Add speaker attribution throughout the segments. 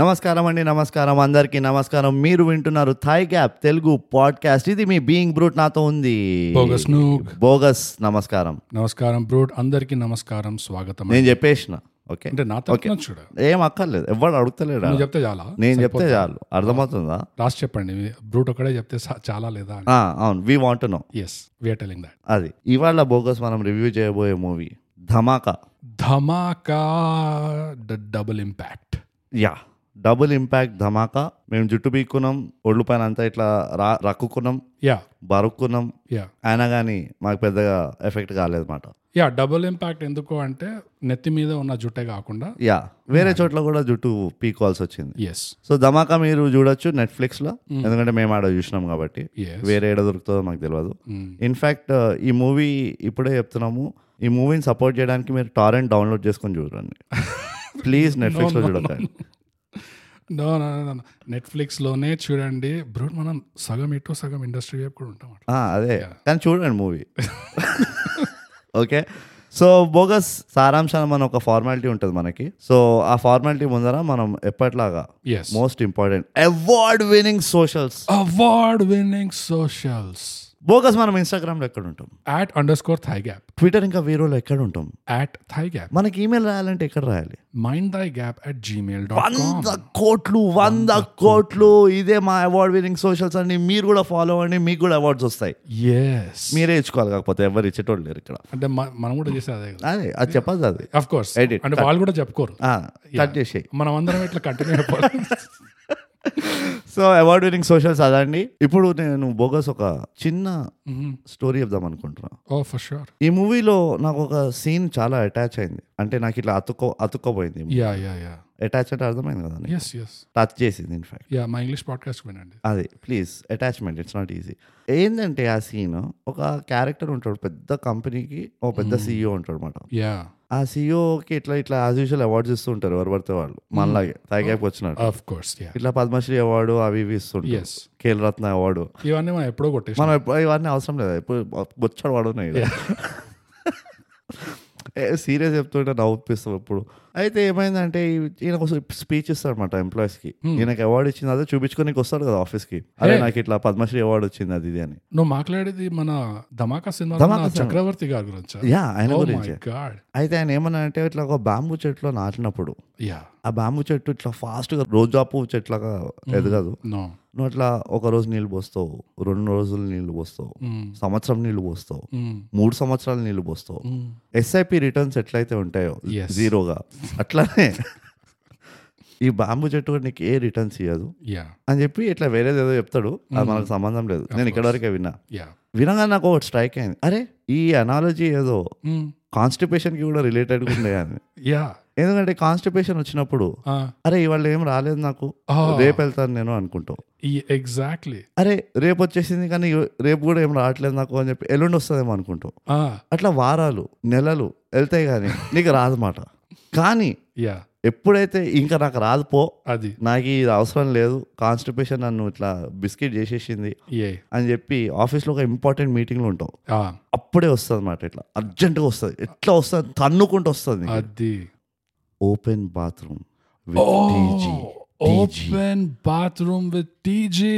Speaker 1: నమస్కారం అండి నమస్కారం అందరికీ నమస్కారం మీరు వింటున్నారు థాయ్ గ్యాప్ తెలుగు పాడ్కాస్ట్ ఇది మీ బీయింగ్ బ్రూట్ నాతో ఉంది
Speaker 2: Bogus Nook.
Speaker 1: బోగస్ నమస్కారం
Speaker 2: నమస్కారం బ్రూడ్ అందరికి నమస్కారం స్వాగతం
Speaker 1: నేను చెప్పేసిన ఓకే
Speaker 2: అంటే నా తరఫున చూడ
Speaker 1: ఏం అక్కర్లేదు ఎవరు అడుగుతలేడా
Speaker 2: నువ్వు చెప్తే చాలా
Speaker 1: నేను చెప్తే చాలు అర్థమవుతుందా
Speaker 2: రాసి చెప్పండి బ్రూట్ ఒకడే చెప్తే సా- చాలా లేదా
Speaker 1: ఆ, అవును we want know
Speaker 2: yes we are telling that
Speaker 1: అది ఇవాళ బోగస్ మనం రివ్యూ చేయబోయే movie Dhamaka
Speaker 2: Dhamaka double impact
Speaker 1: yeah double impact Dhamaka మేము జుట్టు పీక్కున్నాం ఒళ్ళు పైన అంతా ఇట్లా రా రక్కుకున్నాం
Speaker 2: యా
Speaker 1: బరుక్కున్నాం
Speaker 2: యా
Speaker 1: అయినా కానీ మాకు పెద్దగా ఎఫెక్ట్ కాలేదన్నమాట
Speaker 2: యా డబుల్ ఇంపాక్ట్ ఎందుకు అంటే నెత్తి మీద ఉన్న జుట్టే కాకుండా
Speaker 1: యా వేరే చోట్ల కూడా జుట్టు పీక్వాల్సి వచ్చింది
Speaker 2: ఎస్
Speaker 1: సో ధమాకా మీరు చూడొచ్చు నెట్ఫ్లిక్స్ లో ఎందుకంటే మేము ఆడ చూసినాం కాబట్టి
Speaker 2: Yes.
Speaker 1: వేరే ఏడ దొరుకుతుందో మాకు తెలియదు ఇన్ఫాక్ట్ uh, ఈ మూవీ ఇప్పుడే చెప్తున్నాము ఈ మూవీని సపోర్ట్ చేయడానికి మీరు టారెంట్ డౌన్లోడ్ చేసుకొని చూడండి ప్లీజ్ నెట్ఫ్లిక్స్ లో చూడకండి
Speaker 2: నో నెట్ఫ్లిక్స్ లోనే చూడండి బ్రూట్ మనం సగం ఇటు సగం ఇండస్ట్రీ వైపు కూడా ఉంటాం అట్లా
Speaker 1: ఆ, అదే కానీ చూడండి మూవీ ఓకే సో బోగస్ సారాంశాన్ని మన ఒక ఫార్మాలిటీ ఉంటుంది మనకి సో ఆ ఫార్మాలిటీ ముందర మనం ఎప్పట్లాగా
Speaker 2: yes
Speaker 1: most important award winning socials
Speaker 2: award winning socials
Speaker 1: Bogus మనం ఇన్స్టాగ్రామ్లో ఎక్కడ ఉంటాం
Speaker 2: at under score thigh gap
Speaker 1: Twitter ఇంకా వేరేలో ఎక్కడ ఉంటాం
Speaker 2: at thighgap
Speaker 1: మనకి ఈమెయిల్ రాయాలంటే ఎక్కడ రాయాలి
Speaker 2: mindthigap at gmail.com
Speaker 1: వంద కోట్లు వంద కోట్లు ఇదే మా అవార్డ్ వినింగ్ సోషల్స్ అండి మీరు కూడా ఫాలో అవ్వండి మీకు కూడా అవార్డ్స్ వస్తాయి
Speaker 2: yes
Speaker 1: మీరే ఇచ్చుకోవాలి కాకపోతే ఎవరు ఇచ్చేటోళ్ళు లేరు ఇక్కడ
Speaker 2: అంటే మ- మనం కూడా చేసేది అదే కదా
Speaker 1: అదే అది చెప్పదు అది
Speaker 2: of course
Speaker 1: Hmm. Ah. Edit. Ah,
Speaker 2: అంటే వాళ్ళు కూడా చెప్పుకోరు
Speaker 1: కట్ చేసేయి
Speaker 2: మనం అందరం ఇట్లా కంటిన్యూ అయిపోవాలి
Speaker 1: సో అవార్డ్ వినింగ్ సోషల్స్ అదండి ఇప్పుడు నేను బోగస్ ఒక చిన్న Mm-hmm. స్టోరీ చెప్దాం అనుకుంటున్నా
Speaker 2: ఓ ఫర్ షూర్
Speaker 1: ఈ మూవీలో నాకు ఒక సీన్ చాలా అటాచ్ అయింది అంటే నాకు ఇట్లా అతుక్కో అతుక్కోపోయింది
Speaker 2: యా యా యా
Speaker 1: అటాచ్ అంటే అర్థమైంది కదా నీకు?
Speaker 2: ఎస్ ఎస్
Speaker 1: టచ్ చేసింది ఇన్ఫాక్ట్
Speaker 2: యా మా ఇంగ్లీష్ పాడ్కాస్ట్ వినండి
Speaker 1: అది please attachment it's not easy ఏంటంటే ఆ సీన్ ఒక క్యారెక్టర్ ఉంటాడు పెద్ద కంపెనీకి ఓ పెద్ద సీఈఓ ఉంటాడు అనమాట
Speaker 2: యా
Speaker 1: ఆ సీఈఓకి ఇట్లా ఇట్లా యాజ్ యూజువల్ అవార్డ్స్ ఇస్తూ ఉంటారు ఎవరు పడితే వాళ్ళు మనలాగే తాగాకి వచ్చినట్టు
Speaker 2: అఫ్ కోర్స్ యా
Speaker 1: ఇట్లా పద్మశ్రీ అవార్డు అవి ఇవి ఇస్తుంటారు
Speaker 2: ఎస్
Speaker 1: కేల్ రత్న అవార్డు
Speaker 2: ఇవన్నీ మనం ఎప్పుడో కొట్టేసి
Speaker 1: మనం ఎప్పుడు ఇవన్నీ అవసరం లేదు ఇప్పుడు బొచ్చాడు వాడు ఉన్నాయి సీరియస్ చెప్తుంటే నవ్వుపిస్తాం ఇప్పుడు అయితే ఏమైందంటే ఈ- ఈయన కోసం స్పీచ్ ఇస్తాడు అనమాట ఎంప్లాయీస్కి ఈయనకి అవార్డు ఇచ్చింది అదే చూపించుకోనికి వస్తాడు కదా ఆఫీస్కి అదే నాకు ఇట్లా పద్మశ్రీ అవార్డు వచ్చింది అది ఇది అని
Speaker 2: నువ్వు మాట్లాడేది మన ధమాకా సినిమా చక్రవర్తి గారి Oh గురించి
Speaker 1: యా ఆయన
Speaker 2: ఓ మై
Speaker 1: గురించి
Speaker 2: గాడ్
Speaker 1: అయితే ఆయన ఏమన్నా అంటే ఇట్లా ఒక బాంబు చెట్లో నాటినప్పుడు
Speaker 2: యా
Speaker 1: ఆ బాంబు చెట్టు ఇట్లా ఫాస్ట్గా రోజాపు చెట్లాగా ఎదగదు
Speaker 2: నో
Speaker 1: నువ్వు అట్లా ఒక రోజు నీళ్ళు పోస్తావు రెండు రోజులు నీళ్ళు పోస్తావు
Speaker 2: Mm,
Speaker 1: సంవత్సరం నీళ్ళు పోస్తావు మూడు సంవత్సరాలు నీళ్ళు పోస్తావు
Speaker 2: mm.
Speaker 1: ఎస్ఐపి రిటర్న్స్ ఎట్లయితే ఉంటాయో
Speaker 2: Yes.
Speaker 1: జీరోగా అట్లానే ఈ బాంబు చెట్టు కూడా నీకు ఏ రిటర్న్స్ ఇవ్వదు
Speaker 2: యా
Speaker 1: అని చెప్పి ఇట్లా వేరేది ఏదో చెప్తాడు అది మనకు సంబంధం లేదు నేను ఇక్కడ వరకే విన్నా
Speaker 2: యా
Speaker 1: వినగా నాకు ఒకటి స్ట్రైక్ అయింది అరే ఈ అనాలజీ ఏదో
Speaker 2: Mm,
Speaker 1: కాన్స్టిపేషన్ కి కూడా రిలేటెడ్ ఉండే అని
Speaker 2: యా
Speaker 1: ఎందుకంటే కాన్స్టిపేషన్ వచ్చినప్పుడు
Speaker 2: Ah,
Speaker 1: అరే ఇవాళ ఏం రాలేదు నాకు రేపు వెళ్తాను నేను అనుకుంటావు
Speaker 2: ఎగ్జాక్ట్లీ
Speaker 1: అరే రేపు వచ్చేసింది కానీ ఇవ- రేపు కూడా ఏం రావట్లేదు నాకు అని చెప్పి ఎల్లుండి వస్తుందేమో అనుకుంటావు
Speaker 2: Ah,
Speaker 1: అట్లా వారాలు నెలలు వెళ్తాయి కానీ నీకు రాదన్నమాట కానీ
Speaker 2: యా
Speaker 1: ఎప్పుడైతే ఇంకా నాకు రాదు పో
Speaker 2: అది
Speaker 1: నాకు ఇది అవసరం లేదు కాన్స్టిపేషన్ నన్ను ఇట్లా బిస్కెట్ చేసేసింది
Speaker 2: ఏ
Speaker 1: అని చెప్పి ఆఫీస్లో ఒక ఇంపార్టెంట్ మీటింగ్లు ఉంటావు
Speaker 2: ఆ,
Speaker 1: అప్పుడే వస్తుంది అన్నమాట ఇట్లా అర్జెంటుగా వస్తుంది ఎట్లా వస్తుంది తన్నుకుంటూ వస్తుంది
Speaker 2: అది
Speaker 1: open bathroom
Speaker 2: open bathroom with TG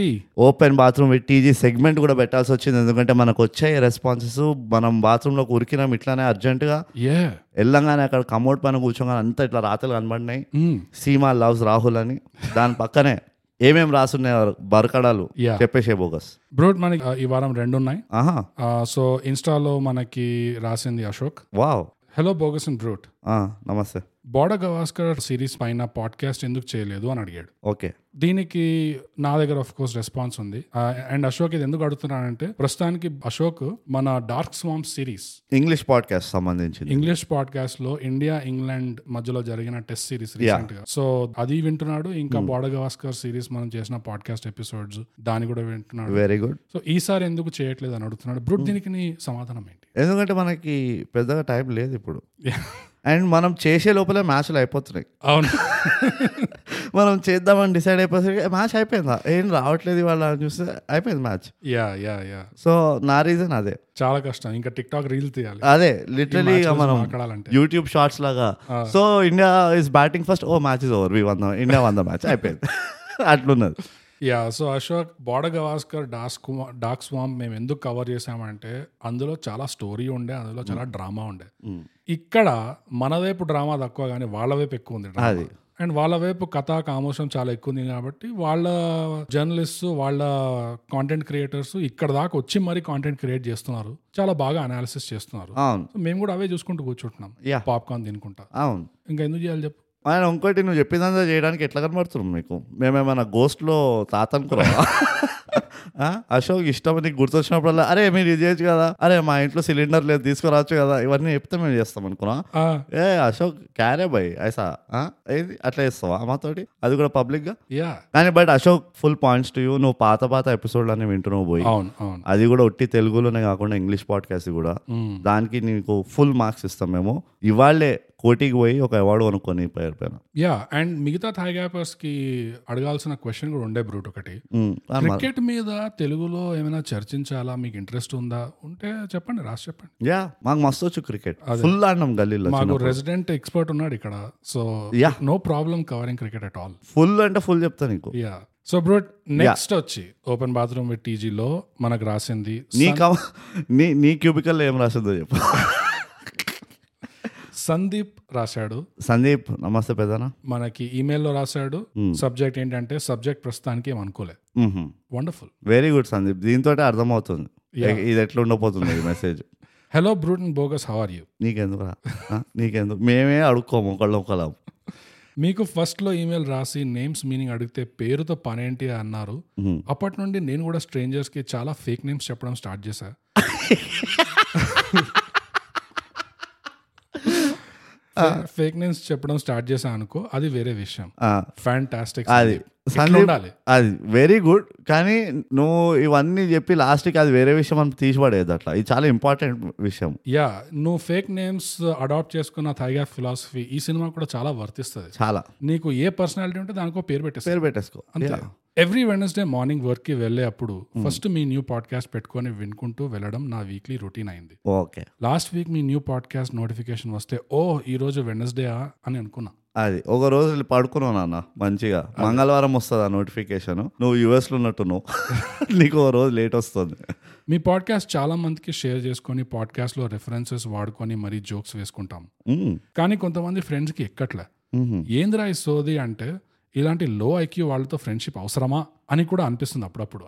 Speaker 1: open bathroom with TG segment కూడా పెట్టాల్సి వచ్చింది ఎందుకంటే మనకు వచ్చే రెస్పాన్సెస్ మనం బాత్రూంలోకి ఉరికినాం ఇట్లానే అర్జెంటుగా
Speaker 2: ఏ
Speaker 1: వెళ్ళంగానే అక్కడ కమోడ్ పైన కూర్చోగానే అంతా ఇట్లా రాతలు కనబడినాయి
Speaker 2: Mm.
Speaker 1: సీమా లవ్స్ రాహుల్ అని దాని పక్కనే ఏమేం రాసున్నాయి బరకడాలు
Speaker 2: Yeah.
Speaker 1: చెప్పేసే బోగస్
Speaker 2: బ్రోడ్ మనకి ఆ, ఈ వారం రెండు ఉన్నాయి
Speaker 1: ఆహా
Speaker 2: ఆ, సో ఇన్స్టాలో మనకి రాసింది Ashok
Speaker 1: wow
Speaker 2: hello Bogus and Brute
Speaker 1: ఆ, నమస్తే
Speaker 2: బోడ గవాస్కర్ సిరీస్ పైన పాడ్కాస్ట్ ఎందుకు చేయలేదు అని అడిగాడు
Speaker 1: ఓకే
Speaker 2: దీనికి నా దగ్గర ఆఫ్ కోర్స్ రెస్పాన్స్ ఉంది అండ్ అశోక్ ఇది ఎందుకు అడుగుతున్నానంటే ప్రస్తుతానికి అశోక్ మన dark swarm series
Speaker 1: English podcast సంబంధించింది
Speaker 2: ఇంగ్లీష్ పాడ్కాస్ట్ లో ఇండియా ఇంగ్లాండ్ మధ్యలో జరిగిన టెస్ట్ సిరీస్ రీసెంట్ గా సో అది వింటున్నాడు ఇంకా బోడగవాస్కర్ సిరీస్ మనం చేసిన పాడ్కాస్ట్ ఎపిసోడ్స్ దాని కూడా వింటున్నాడు
Speaker 1: వెరీ గుడ్
Speaker 2: సో ఈసారి ఎందుకు చేయట్లేదు అని అడుగుతున్నాడు బ్రూట్ దీనికి నీ సమాధానం ఏంటి
Speaker 1: ఎందుకంటే మనకి పెద్దగా టైం లేదు ఇప్పుడు అండ్ మనం చేసే లోపలే మ్యాచ్లు అయిపోతున్నాయి
Speaker 2: అవును
Speaker 1: మనం చేద్దామని డిసైడ్ అయిపోతే మ్యాచ్ అయిపోయిందా ఏం రావట్లేదు ఇవాళ అని చూస్తే అయిపోయింది match
Speaker 2: yeah yeah yeah
Speaker 1: so నా రీజన్ అదే
Speaker 2: చాలా కష్టం ఇంకా టిక్ టాక్ రీల్ తీయాలి
Speaker 1: అదే లిటరలీ
Speaker 2: matches
Speaker 1: మనం
Speaker 2: మాట్లాడాలంటే.
Speaker 1: యూట్యూబ్ షార్ట్స్ లాగా so India is batting first oh match is over వి వంద ఇండియా వంద మ్యాచ్ అయిపోయింది అట్లున్నది Gavaskar
Speaker 2: yeah so Ashok Border Gavaskar డాస్ కుమార్ డాక్ స్వామ్ మేము ఎందుకు కవర్ చేసామంటే అందులో చాలా స్టోరీ ఉండే అందులో చాలా డ్రామా ఉండే ఇక్కడ మన వైపు డ్రామా తక్కువ కానీ వాళ్ళ వైపు ఎక్కువ ఉంది drama.
Speaker 1: అది.
Speaker 2: అండ్ వాళ్ళ వైపు కథ కామోషం చాలా ఎక్కువ ఉంది కాబట్టి వాళ్ళ జర్నలిస్ట్ వాళ్ళ కాంటెంట్ క్రియేటర్స్ ఇక్కడ దాకా వచ్చి మరీ కాంటెంట్ క్రియేట్ చేస్తున్నారు చాలా బాగా అనాలిసిస్ చేస్తున్నారు
Speaker 1: అవును
Speaker 2: So మేము కూడా అవే చూసుకుంటూ కూర్చుంటున్నాం
Speaker 1: Yeah.
Speaker 2: పాప్కార్న్ తినుకుంటా
Speaker 1: అవును
Speaker 2: ఇంకా ఎందుకు చేయాలి చెప్పు
Speaker 1: ఆయన ఇంకోటి నువ్వు చెప్పిందంతా చేయడానికి ఎట్లా కనబడుతున్నాం మీకు మేమేమన్నా గోస్ట్లో తాత అనుకున్నావా ఆ? అశోక్ ఇష్టం నీకు గుర్తొచ్చినప్పుడల్లా అరే మీరు ఇది చేయొచ్చు కదా అరే మా ఇంట్లో సిలిండర్ లేదు తీసుకురావచ్చు కదా ఇవన్నీ చెప్తే మేము చేస్తాం అనుకున్నా
Speaker 2: ఆ,
Speaker 1: ఏ అశోక్ క్యారే బై ఐసా ఆ? ఏది అట్లా చేస్తావా మాతోటి అది కూడా public గా
Speaker 2: యా
Speaker 1: కానీ but Ashok full points to you నువ్వు పాత పాత ఎపిసోడ్లు అన్నీ వింటున్నావు పోయి
Speaker 2: అవును అవును
Speaker 1: అది కూడా ఒట్టి తెలుగులోనే కాకుండా ఇంగ్లీష్ పాడ్కాస్ట్ కూడా దానికి నీకు ఫుల్ మార్క్స్ ఇస్తాం మేము ఇవాళ్ళే కోటికి పోయి ఒక అవార్డు కొనుక్కొని పేరు పైన
Speaker 2: యా అండ్ మిగతా థాయ్ గ్యాపర్స్ కి అడగాల్సిన క్వశ్చన్ కూడా ఉండే బ్రూట్ ఒకటి
Speaker 1: ఉమ్, ఆ మా-
Speaker 2: క్రికెట్ మీద తెలుగులో ఏమైనా చర్చించాలా మీకు ఇంట్రెస్ట్ ఉందా ఉంటే చెప్పండి రాసి చెప్పండి
Speaker 1: యా మాకు మస్తు వచ్చు క్రికెట్ ఫుల్ ఆడినాం గల్లీలో
Speaker 2: మాకు రెసిడెంట్ ఎక్స్పర్ట్ ఉన్నాడు ఇక్కడ so
Speaker 1: Yeah.
Speaker 2: No problem covering cricket at all
Speaker 1: full అంటే ఫుల్ చెప్తా నీకు
Speaker 2: యా సో బ్రూట్ నెక్స్ట్ వచ్చి ఓపెన్ బాత్రూమ్ విత్ టీజీలో మనకు రాసింది
Speaker 1: నీ కవ- నీ నీ క్యూబికల్లో ఏం రాసిందో చెప్పు
Speaker 2: సందీప్ రాశాడు
Speaker 1: సందీప్ నమస్తే పెద్దనా
Speaker 2: మనకి ఈమెయిల్లో రాశాడు
Speaker 1: Hmm.
Speaker 2: సబ్జెక్ట్ ఏంటంటే సబ్జెక్ట్ ప్రస్తుతానికి ఏం అనుకోలే వండర్ఫుల్
Speaker 1: వెరీ గుడ్ సందీప్ దీంతో అర్థమవుతుంది ఎ- ఇది ఎట్లా ఉండబోతుంది ఈ message
Speaker 2: hello brute and bogus how are you
Speaker 1: నీకెందుకు రా ఆ? నీకెందుకు మేమే అడుక్కోము ఒకళ్ళం ఒకళ్ళం
Speaker 2: మీకు ఫస్ట్ లో ఈమెయిల్ రాసి నేమ్స్ మీనింగ్ అడిగితే పేరుతో పనేంటి అన్నారు అప్పటి నుండి నేను కూడా స్ట్రేంజర్స్ కి చాలా ఫేక్ నేమ్స్ చెప్పడం స్టార్ట్ చేశా ఫేక్ నేమ్స్ చెప్పడం స్టార్ట్ చేశా అనుకో అది వేరే విషయం
Speaker 1: ఆ,
Speaker 2: ఫ్యాంటాస్టిక్
Speaker 1: అది సందీప్
Speaker 2: ఉండాలి
Speaker 1: అది వెరీ గుడ్ కానీ నువ్వు ఇవన్నీ చెప్పి లాస్ట్కి అది వేరే విషయం మనం తీసిపడేది అట్లా ఇది చాలా ఇంపార్టెంట్ విషయం
Speaker 2: యా నువ్వు ఫేక్ నేమ్స్ అడాప్ట్ చేసుకున్న థైగా ఫిలాసఫీ ఈ సినిమా కూడా చాలా వర్తిస్తుంది
Speaker 1: చాలా
Speaker 2: నీకు ఏ పర్సనాలిటీ ఉంటే దానికో పేరు పెట్టేస్తా
Speaker 1: పేరు పెట్టేసుకో Yeah.
Speaker 2: Every Wednesday morning work కి వెళ్ళే అప్పుడు ఫస్ట్ మీ న్యూ పాడ్కాస్ట్ పెట్టుకొని వినుకుంటూ వెళ్ళడం నా వీక్లీ రొటీన్ అయింది
Speaker 1: ఓకే
Speaker 2: లాస్ట్ వీక్ మీ న్యూ పాడ్కాస్ట్ నోటిఫికేషన్ వస్తే ఓ ఈ రోజు వెనస్డే అని అనుకున్నా
Speaker 1: అది ఒక రోజు వెళ్ళి పడుకున్నావు నాన్న మంచిగా మంగళవారం వస్తుంది ఆ నోటిఫికేషన్ నువ్వు US లో ఉన్నట్టు నువ్వు నీకు ఒక రోజు లేట్ వస్తుంది
Speaker 2: మీ పాడ్కాస్ట్ చాలా మందికి షేర్ చేసుకొని పాడ్కాస్ట్ లో రెఫరెన్సెస్ వాడుకొని మరీ జోక్స్ వేసుకుంటాం
Speaker 1: మ్మ్.
Speaker 2: కానీ కొంతమంది ఫ్రెండ్స్ కి ఎక్కట్లే ఏందిరా ఈ సోది అంటే ఇలాంటి లో ఐక్యూ వాళ్ళతో ఫ్రెండ్షిప్ అవసరమా అని కూడా అనిపిస్తుంది అప్పుడప్పుడు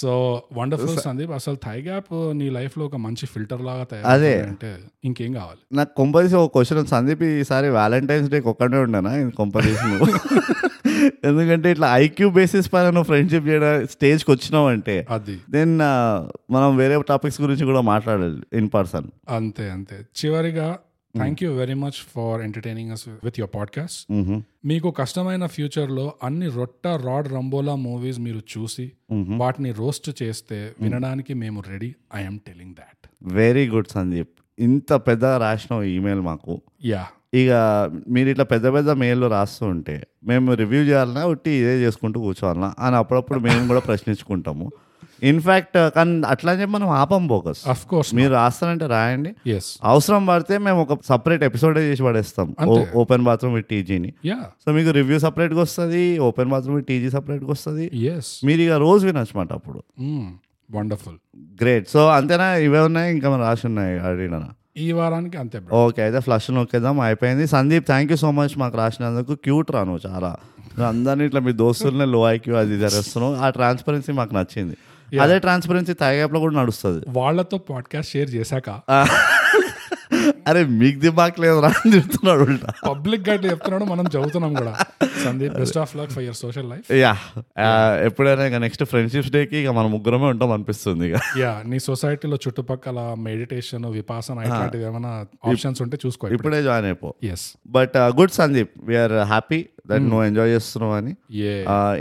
Speaker 2: సో వండర్ఫుల్ సందీప్ అసలు థై గ్యాప్ నీ లైఫ్ లో ఒక మంచి ఫిల్టర్ లాగా
Speaker 1: అదే.
Speaker 2: తయారు అంటే ఇంకేం కావాలి
Speaker 1: నాకు కొంపదీసి ఒక క్వశ్చన్ సందీప్ ఈసారి వ్యాలంటైన్స్ డేకి ఒక్కడే ఉండనా ఇది కొంపదీసి నువ్వు ఎందుకంటే ఇట్లా ఐక్యూ బేసిస్ పైన నువ్వు ఫ్రెండ్షిప్ చేయడం స్టేజ్కి వచ్చినావు అంటే
Speaker 2: అది
Speaker 1: దెన్ uh, మనం వేరే టాపిక్స్ గురించి కూడా మాట్లాడాలి ఇన్ పర్సన్
Speaker 2: అంతే అంతే చివరిగా thank you very much for entertaining us with your podcast మీకు కష్టమైన ఫ్యూచర్లో అన్ని రొట్ట రాడ్ రంబోలా మూవీస్ మీరు చూసి వాటిని రోస్ట్ చేస్తే వినడానికి మేము ready I'm telling that
Speaker 1: very good Sandeep ఇంత పెద్ద రాసినావు ఈమెయిల్ మాకు
Speaker 2: యా
Speaker 1: ఇక మీరు ఇట్లా పెద్ద పెద్ద మెయిల్లో రాస్తూ ఉంటే మేము రివ్యూ చేయాలన్నా ఉట్టి ఇదే చేసుకుంటూ కూర్చోవాలన్నా అని అప్పుడప్పుడు మేము కూడా ప్రశ్నించుకుంటాము ఇన్ఫ్యాక్ట్ కానీ అట్లా అని చెప్పి మనం ఆపం బోకస్
Speaker 2: అఫ్ కోర్స్
Speaker 1: మీరు రాస్తారంటే రాయండి
Speaker 2: ఎస్
Speaker 1: అవసరం పడితే మేము ఒక సపరేట్ ఎపిసోడే చేసి పడేస్తాం ఓ-
Speaker 2: అంతే.
Speaker 1: ఓపెన్ బాత్రూమ్ విత్ టీజీని
Speaker 2: యా
Speaker 1: సో మీకు రివ్యూ సపరేట్గా వస్తుంది ఓపెన్ బాత్రూమ్ విత్ టీజీ సపరేట్గా వస్తుంది
Speaker 2: ఎస్
Speaker 1: మీరు ఇక రోజు వినొచ్చమాట అప్పుడు
Speaker 2: వండర్ఫుల్
Speaker 1: గ్రేట్ సో అంతేనా ఇవే ఉన్నాయి ఇంకా మనం రాసి ఉన్నాయి అడిగినా
Speaker 2: ఈ వారానికి అంతే బ్రో
Speaker 1: ఓకే అయితే ఫ్లష్ నొక్కేద్దాం అయిపోయింది Sandeep thank you so much మాకు రాసినందుకు క్యూట్ రాను చాలా నువ్వు అందరినీ ఇట్లా మీ దోస్తులనే లో ఐక్యూ అది జరేస్తున్నావు ఆ ట్రాన్స్పరెన్సీ మాకు నచ్చింది అదే ట్రాన్స్పరెన్సీ తాగేపలో కూడా నడుస్తుంది
Speaker 2: వాళ్ళతో పాడ్కాస్ట్ షేర్ చేశాక
Speaker 1: అరే మీకు దిమాక్ లేదు రా అని చెప్తున్నాడు ఉల్టా.
Speaker 2: పబ్లిక్ గా ఇట్లా చెప్తున్నాడు మనం చదువుతున్నాం కూడా Sandeep best of luck for your social life
Speaker 1: yeah ఆ, ఎప్పుడైనా ఇక నెక్స్ట్ ఫ్రెండ్షిప్స్ డేకి ఇక మనం ముగ్గురమే ఉంటాం అనిపిస్తుంది ఇక
Speaker 2: యా నీ సొసైటీలో చుట్టుపక్కల మెడిటేషన్ విపాసన ఇట్లాంటివి ఏమైనా ఆప్షన్స్ ఉంటే చూసుకో
Speaker 1: ఇప్పుడే జాయిన్ అయిపో
Speaker 2: yes
Speaker 1: but good Sandeep we are happy that నువ్వు ఎంజాయ్ చేస్తున్నావు అని
Speaker 2: ఏ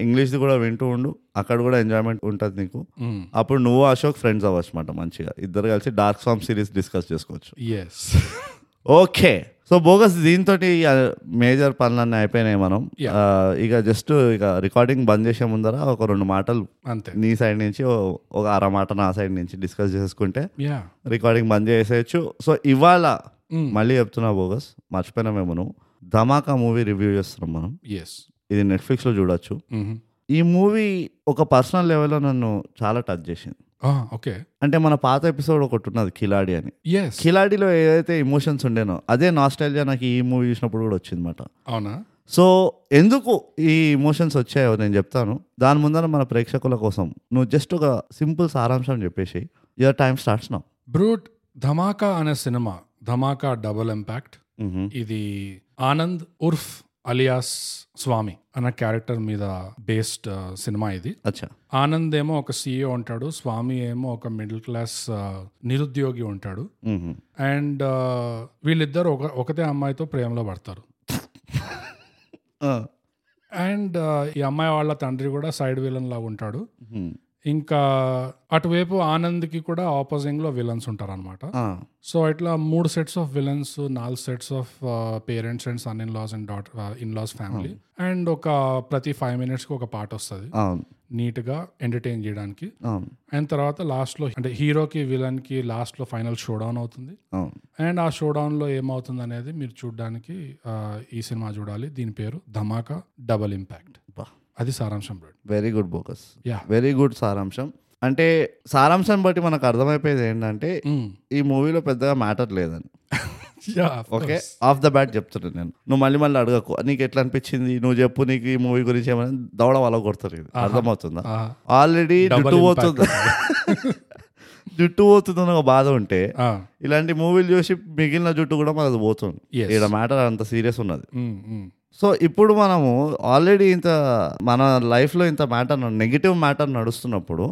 Speaker 1: ఇంగ్లీష్ది కూడా వింటూ ఉండు అక్కడ కూడా ఎంజాయ్మెంట్ ఉంటుంది నీకు
Speaker 2: Mm.
Speaker 1: అప్పుడు నువ్వు అశోక్ ఫ్రెండ్స్ అవ్వచ్చు అనమాట మంచిగా ఇద్దరు కలిసి డార్క్ ఫామ్ సిరీస్ డిస్కస్ చేసుకోవచ్చు
Speaker 2: ఎస్
Speaker 1: ఓకే సో బోగస్ దీంతో మేజర్ పనులన్నీ అయిపోయినాయి మనం
Speaker 2: Yeah.
Speaker 1: ఆ, ఇక జస్ట్ ఇక రికార్డింగ్ బంద్ చేసే ముందర ఒక రెండు మాటలు
Speaker 2: అంతే
Speaker 1: నీ సైడ్ నుంచి ఓ- ఒక అర మాట నా సైడ్ నుంచి డిస్కస్ చేసుకుంటే
Speaker 2: యా
Speaker 1: రికార్డింగ్ బంద్ చేసేయచ్చు సో ఇవాళ మళ్ళీ చెప్తున్నా బోగస్ మర్చిపోయినా మేము నువ్వు ధమాకా మూవీ రివ్యూ చేస్తున్నాం మనం
Speaker 2: ఎస్
Speaker 1: ఇది నెట్ఫ్లిక్స్లో చూడొచ్చు
Speaker 2: Mm-hmm.
Speaker 1: ఈ మూవీ ఒక పర్సనల్ లెవెల్లో నన్ను చాలా టచ్ చేసింది
Speaker 2: ఓకే
Speaker 1: అంటే మన పాత ఎపిసోడ్ ఒకటి ఉన్నది కిలాడి అని
Speaker 2: ఎస్
Speaker 1: కిలాడిలో ఏదైతే ఇమోషన్స్ ఉండేనో అదే నాస్టైల్గా నాకు ఈ మూవీ చూసినప్పుడు కూడా వచ్చిందన్నమాట
Speaker 2: అవునా
Speaker 1: సో ఎందుకు ఈ ఇమోషన్స్ వచ్చాయో నేను చెప్తాను దాని ముందర మన ప్రేక్షకుల కోసం నువ్వు జస్ట్ ఒక సింపుల్ సారాంశం చెప్పేసి యువర్ టైం స్టార్ట్స్ నా
Speaker 2: బ్రూట్ ధమాకా అనే సినిమా ధమాకా డబుల్ ఇంపాక్ట్ ఇది ఆనంద్ ఉర్ఫ్ అలియాస్ స్వామి అన్న క్యారెక్టర్ మీద బేస్డ్ uh, సినిమా ఇది
Speaker 1: అచ్చా
Speaker 2: ఆనంద్ ఏమో ఒక సీఈఓ ఉంటాడు స్వామి ఏమో ఒక మిడిల్ క్లాస్ uh, నిరుద్యోగి ఉంటాడు
Speaker 1: మ్మ్.
Speaker 2: అండ్ వీళ్ళిద్దరు ఒక ఒకటే అమ్మాయితో ప్రేమలో పడతారు
Speaker 1: ఆ.
Speaker 2: అండ్ uh, ఈ అమ్మాయి వాళ్ళ తండ్రి కూడా సైడ్ విలన్ లాగా ఉంటాడు
Speaker 1: మ్మ్.
Speaker 2: ఇంకా అటువైపు ఆనంద్కి కూడా ఆపోజింగ్ లో విలన్స్ ఉంటారు అనమాట
Speaker 1: ఆ.
Speaker 2: సో ఇట్లా మూడు సెట్స్ ఆఫ్ విలన్స్ నాలుగు sets of parents and son in loss and daughter in loss family and ఒక ప్రతి ఫైవ్ మినిట్స్ కి ఒక పాట వస్తుంది
Speaker 1: అవును
Speaker 2: నీట్ గా ఎంటర్టైన్ చేయడానికి
Speaker 1: అవును
Speaker 2: అండ్ తర్వాత లాస్ట్ లో అంటే హీరోకి విలన్ కి లాస్ట్ లో ఫైనల్ షో డౌన్ అవుతుంది
Speaker 1: అవును
Speaker 2: అండ్ ఆ షో డౌన్ లో ఏమవుతుంది అనేది మీరు చూడడానికి ఆ, ఈ సినిమా చూడాలి దీని పేరు ధమాకా డబుల్ ఇంపాక్ట్
Speaker 1: బా.
Speaker 2: అది సారాంశం బ్రడ్
Speaker 1: very good bogus
Speaker 2: yeah
Speaker 1: very good సారాంశం అంటే సారాంశం బట్టి మనకు అర్థమైపోయేది ఏంటంటే ఈ మూవీలో పెద్దగా మ్యాటర్ లేదని
Speaker 2: yeah
Speaker 1: okay off the bat చెప్తున్నాను నేను నువ్వు మళ్ళీ మళ్ళీ అడగకు నీకు ఎట్లా అనిపించింది నువ్వు చెప్పు నీకు ఈ మూవీ గురించి ఏమైనా దవడ వాళ్ళ కొడతారు ఇది అర్థమవుతుందా ఆల్రెడీ
Speaker 2: Double
Speaker 1: జుట్టు
Speaker 2: impact.
Speaker 1: పోతుంది జుట్టు పోతుందని ఒక బాధ ఉంటే ఇలాంటి మూవీలు చూసి మిగిలిన జుట్టు కూడా మనది పోతుంది
Speaker 2: Yes.
Speaker 1: ఇక్కడ మ్యాటర్ అంత సీరియస్ ఉన్నది
Speaker 2: hmm,
Speaker 1: సో ఇప్పుడు మనము ఆల్రెడీ ఇంత మన లైఫ్లో ఇంత మ్యాటర్ నెగిటివ్ మ్యాటర్ నడుస్తున్నప్పుడు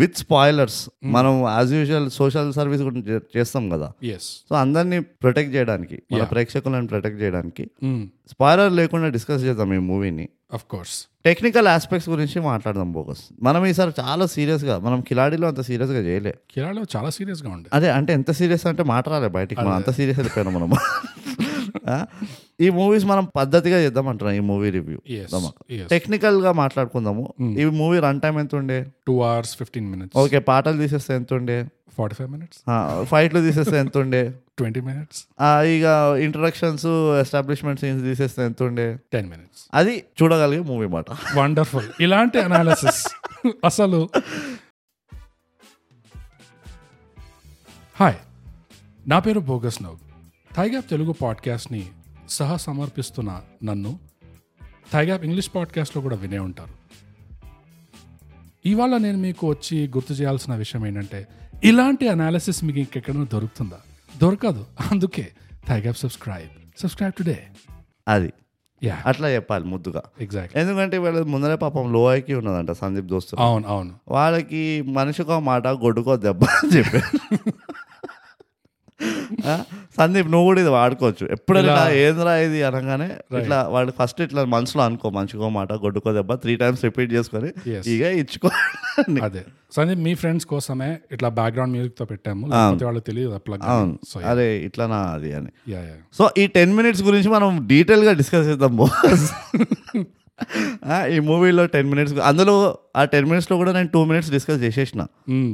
Speaker 1: విత్ స్పాయిలర్స్ మనం యాజ్ యూజువల్ సోషల్ సర్వీస్ కూడా చే- చేస్తాం కదా
Speaker 2: ఎస్
Speaker 1: సో అందరినీ ప్రొటెక్ట్ చేయడానికి మన ప్రేక్షకులను ప్రొటెక్ట్ చేయడానికి
Speaker 2: ఆఫ్
Speaker 1: స్పాయిలర్ లేకుండా డిస్కస్ చేద్దాం ఈ మూవీని
Speaker 2: కోర్స్
Speaker 1: టెక్నికల్ ఆస్పెక్ట్స్ గురించి మాట్లాడదాం బోగస్ మనం ఈసారి చాలా సీరియస్గా మనం కిలాడీలో అంత సీరియస్గా చేయలే
Speaker 2: కిరాలో చాలా సీరియస్ గా ఉండే
Speaker 1: అదే అంటే ఎంత సీరియస్ అంటే మాట రాలే బయటికి మనం అంత సీరియస్ వెళ్ళిపోయినాం మనం ఆ? ఈ మూవీస్ మనం పద్ధతిగా చేద్దాం అంటున్నాం ఈ movie review
Speaker 2: yes yes
Speaker 1: technical గా మాట్లాడుకుందాము ఈ మూవీ రన్ టైం ఎంత ఉండే
Speaker 2: two hours fifteen minutes
Speaker 1: okay పాటలు తీసేస్తే ఎంత ఉండే
Speaker 2: ఫార్టీ ఫైవ్ మినిట్స్
Speaker 1: ఆ, ఫైట్లు తీసేస్తే ఎంత ఉండే
Speaker 2: ట్వంటీ మినిట్స్
Speaker 1: ఆ, ఇక ఇంట్రడక్షన్స్ ఎస్టాబ్లిష్మెంట్ సీన్స్ తీసేస్తే ఎంత ఉండే
Speaker 2: టెన్ మినిట్స్
Speaker 1: అది చూడగలిగే మూవీ మాట
Speaker 2: వండర్ఫుల్ ఇలాంటి అనాలిసిస్ అసలు హాయ్ నా పేరు బోగస్ నవ్ థైగ్యాప్ తెలుగు పాడ్కాస్ట్ని సహా సమర్పిస్తున్న నన్ను థైగ్యాప్ ఇంగ్లీష్ పాడ్కాస్ట్లో కూడా వినే ఉంటారు ఇవాళ నేను మీకు వచ్చి గుర్తు చేయాల్సిన విషయం ఏంటంటే ఇలాంటి అనాలిసిస్ మీకు ఇంకెక్కడైనా దొరుకుతుందా దొరకదు అందుకే థైగ్యాప్ సబ్స్క్రైబ్ సబ్స్క్రైబ్ టుడే
Speaker 1: అది
Speaker 2: యా
Speaker 1: అట్లా చెప్పాలి ముద్దుగా
Speaker 2: ఎగ్జాక్ట్
Speaker 1: ఎందుకంటే వీళ్ళ ముందరే పాపం లో ఐకి ఉన్నదంట సందీప్ దోస్తు
Speaker 2: అవును అవును
Speaker 1: వాళ్ళకి మనిషికో మాట గొడ్డుకో దెబ్బ అని చెప్పారు ఆ? సందీప్ నువ్వు కూడా ఇది వాడుకోవచ్చు ఎప్పుడైనా
Speaker 2: ఇలా-
Speaker 1: ఏంద్రా ఇది అనగానే ఇట్లా వాడు ఫస్ట్ ఇట్లా మనసులో అనుకో మనిషికో మాట గొడ్డుకో దెబ్బ త్రీ టైమ్స్ రిపీట్ చేసుకొని
Speaker 2: Yes.
Speaker 1: ఇక ఇచ్చుకో అని.
Speaker 2: అదే సందీప్ మీ ఫ్రెండ్స్ కోసమే ఇట్లా బ్యాక్గ్రౌండ్ మ్యూజిక్ తో పెట్టాము లేకపోతే వాళ్ళకి తెలియదు ప్లగ్
Speaker 1: అవును
Speaker 2: సో
Speaker 1: అరే ఇట్లానా అది అని
Speaker 2: యా యా
Speaker 1: సో ఈ టెన్ మినిట్స్ గురించి మనం డీటెయిల్గా డిస్కస్ చేద్దాం బాస్ ఆ, ఈ మూవీలో టెన్ మినిట్స్ అందులో ఆ టెన్ మినిట్స్లో కూడా నేను టూ మినిట్స్ డిస్కస్ చేసేసిన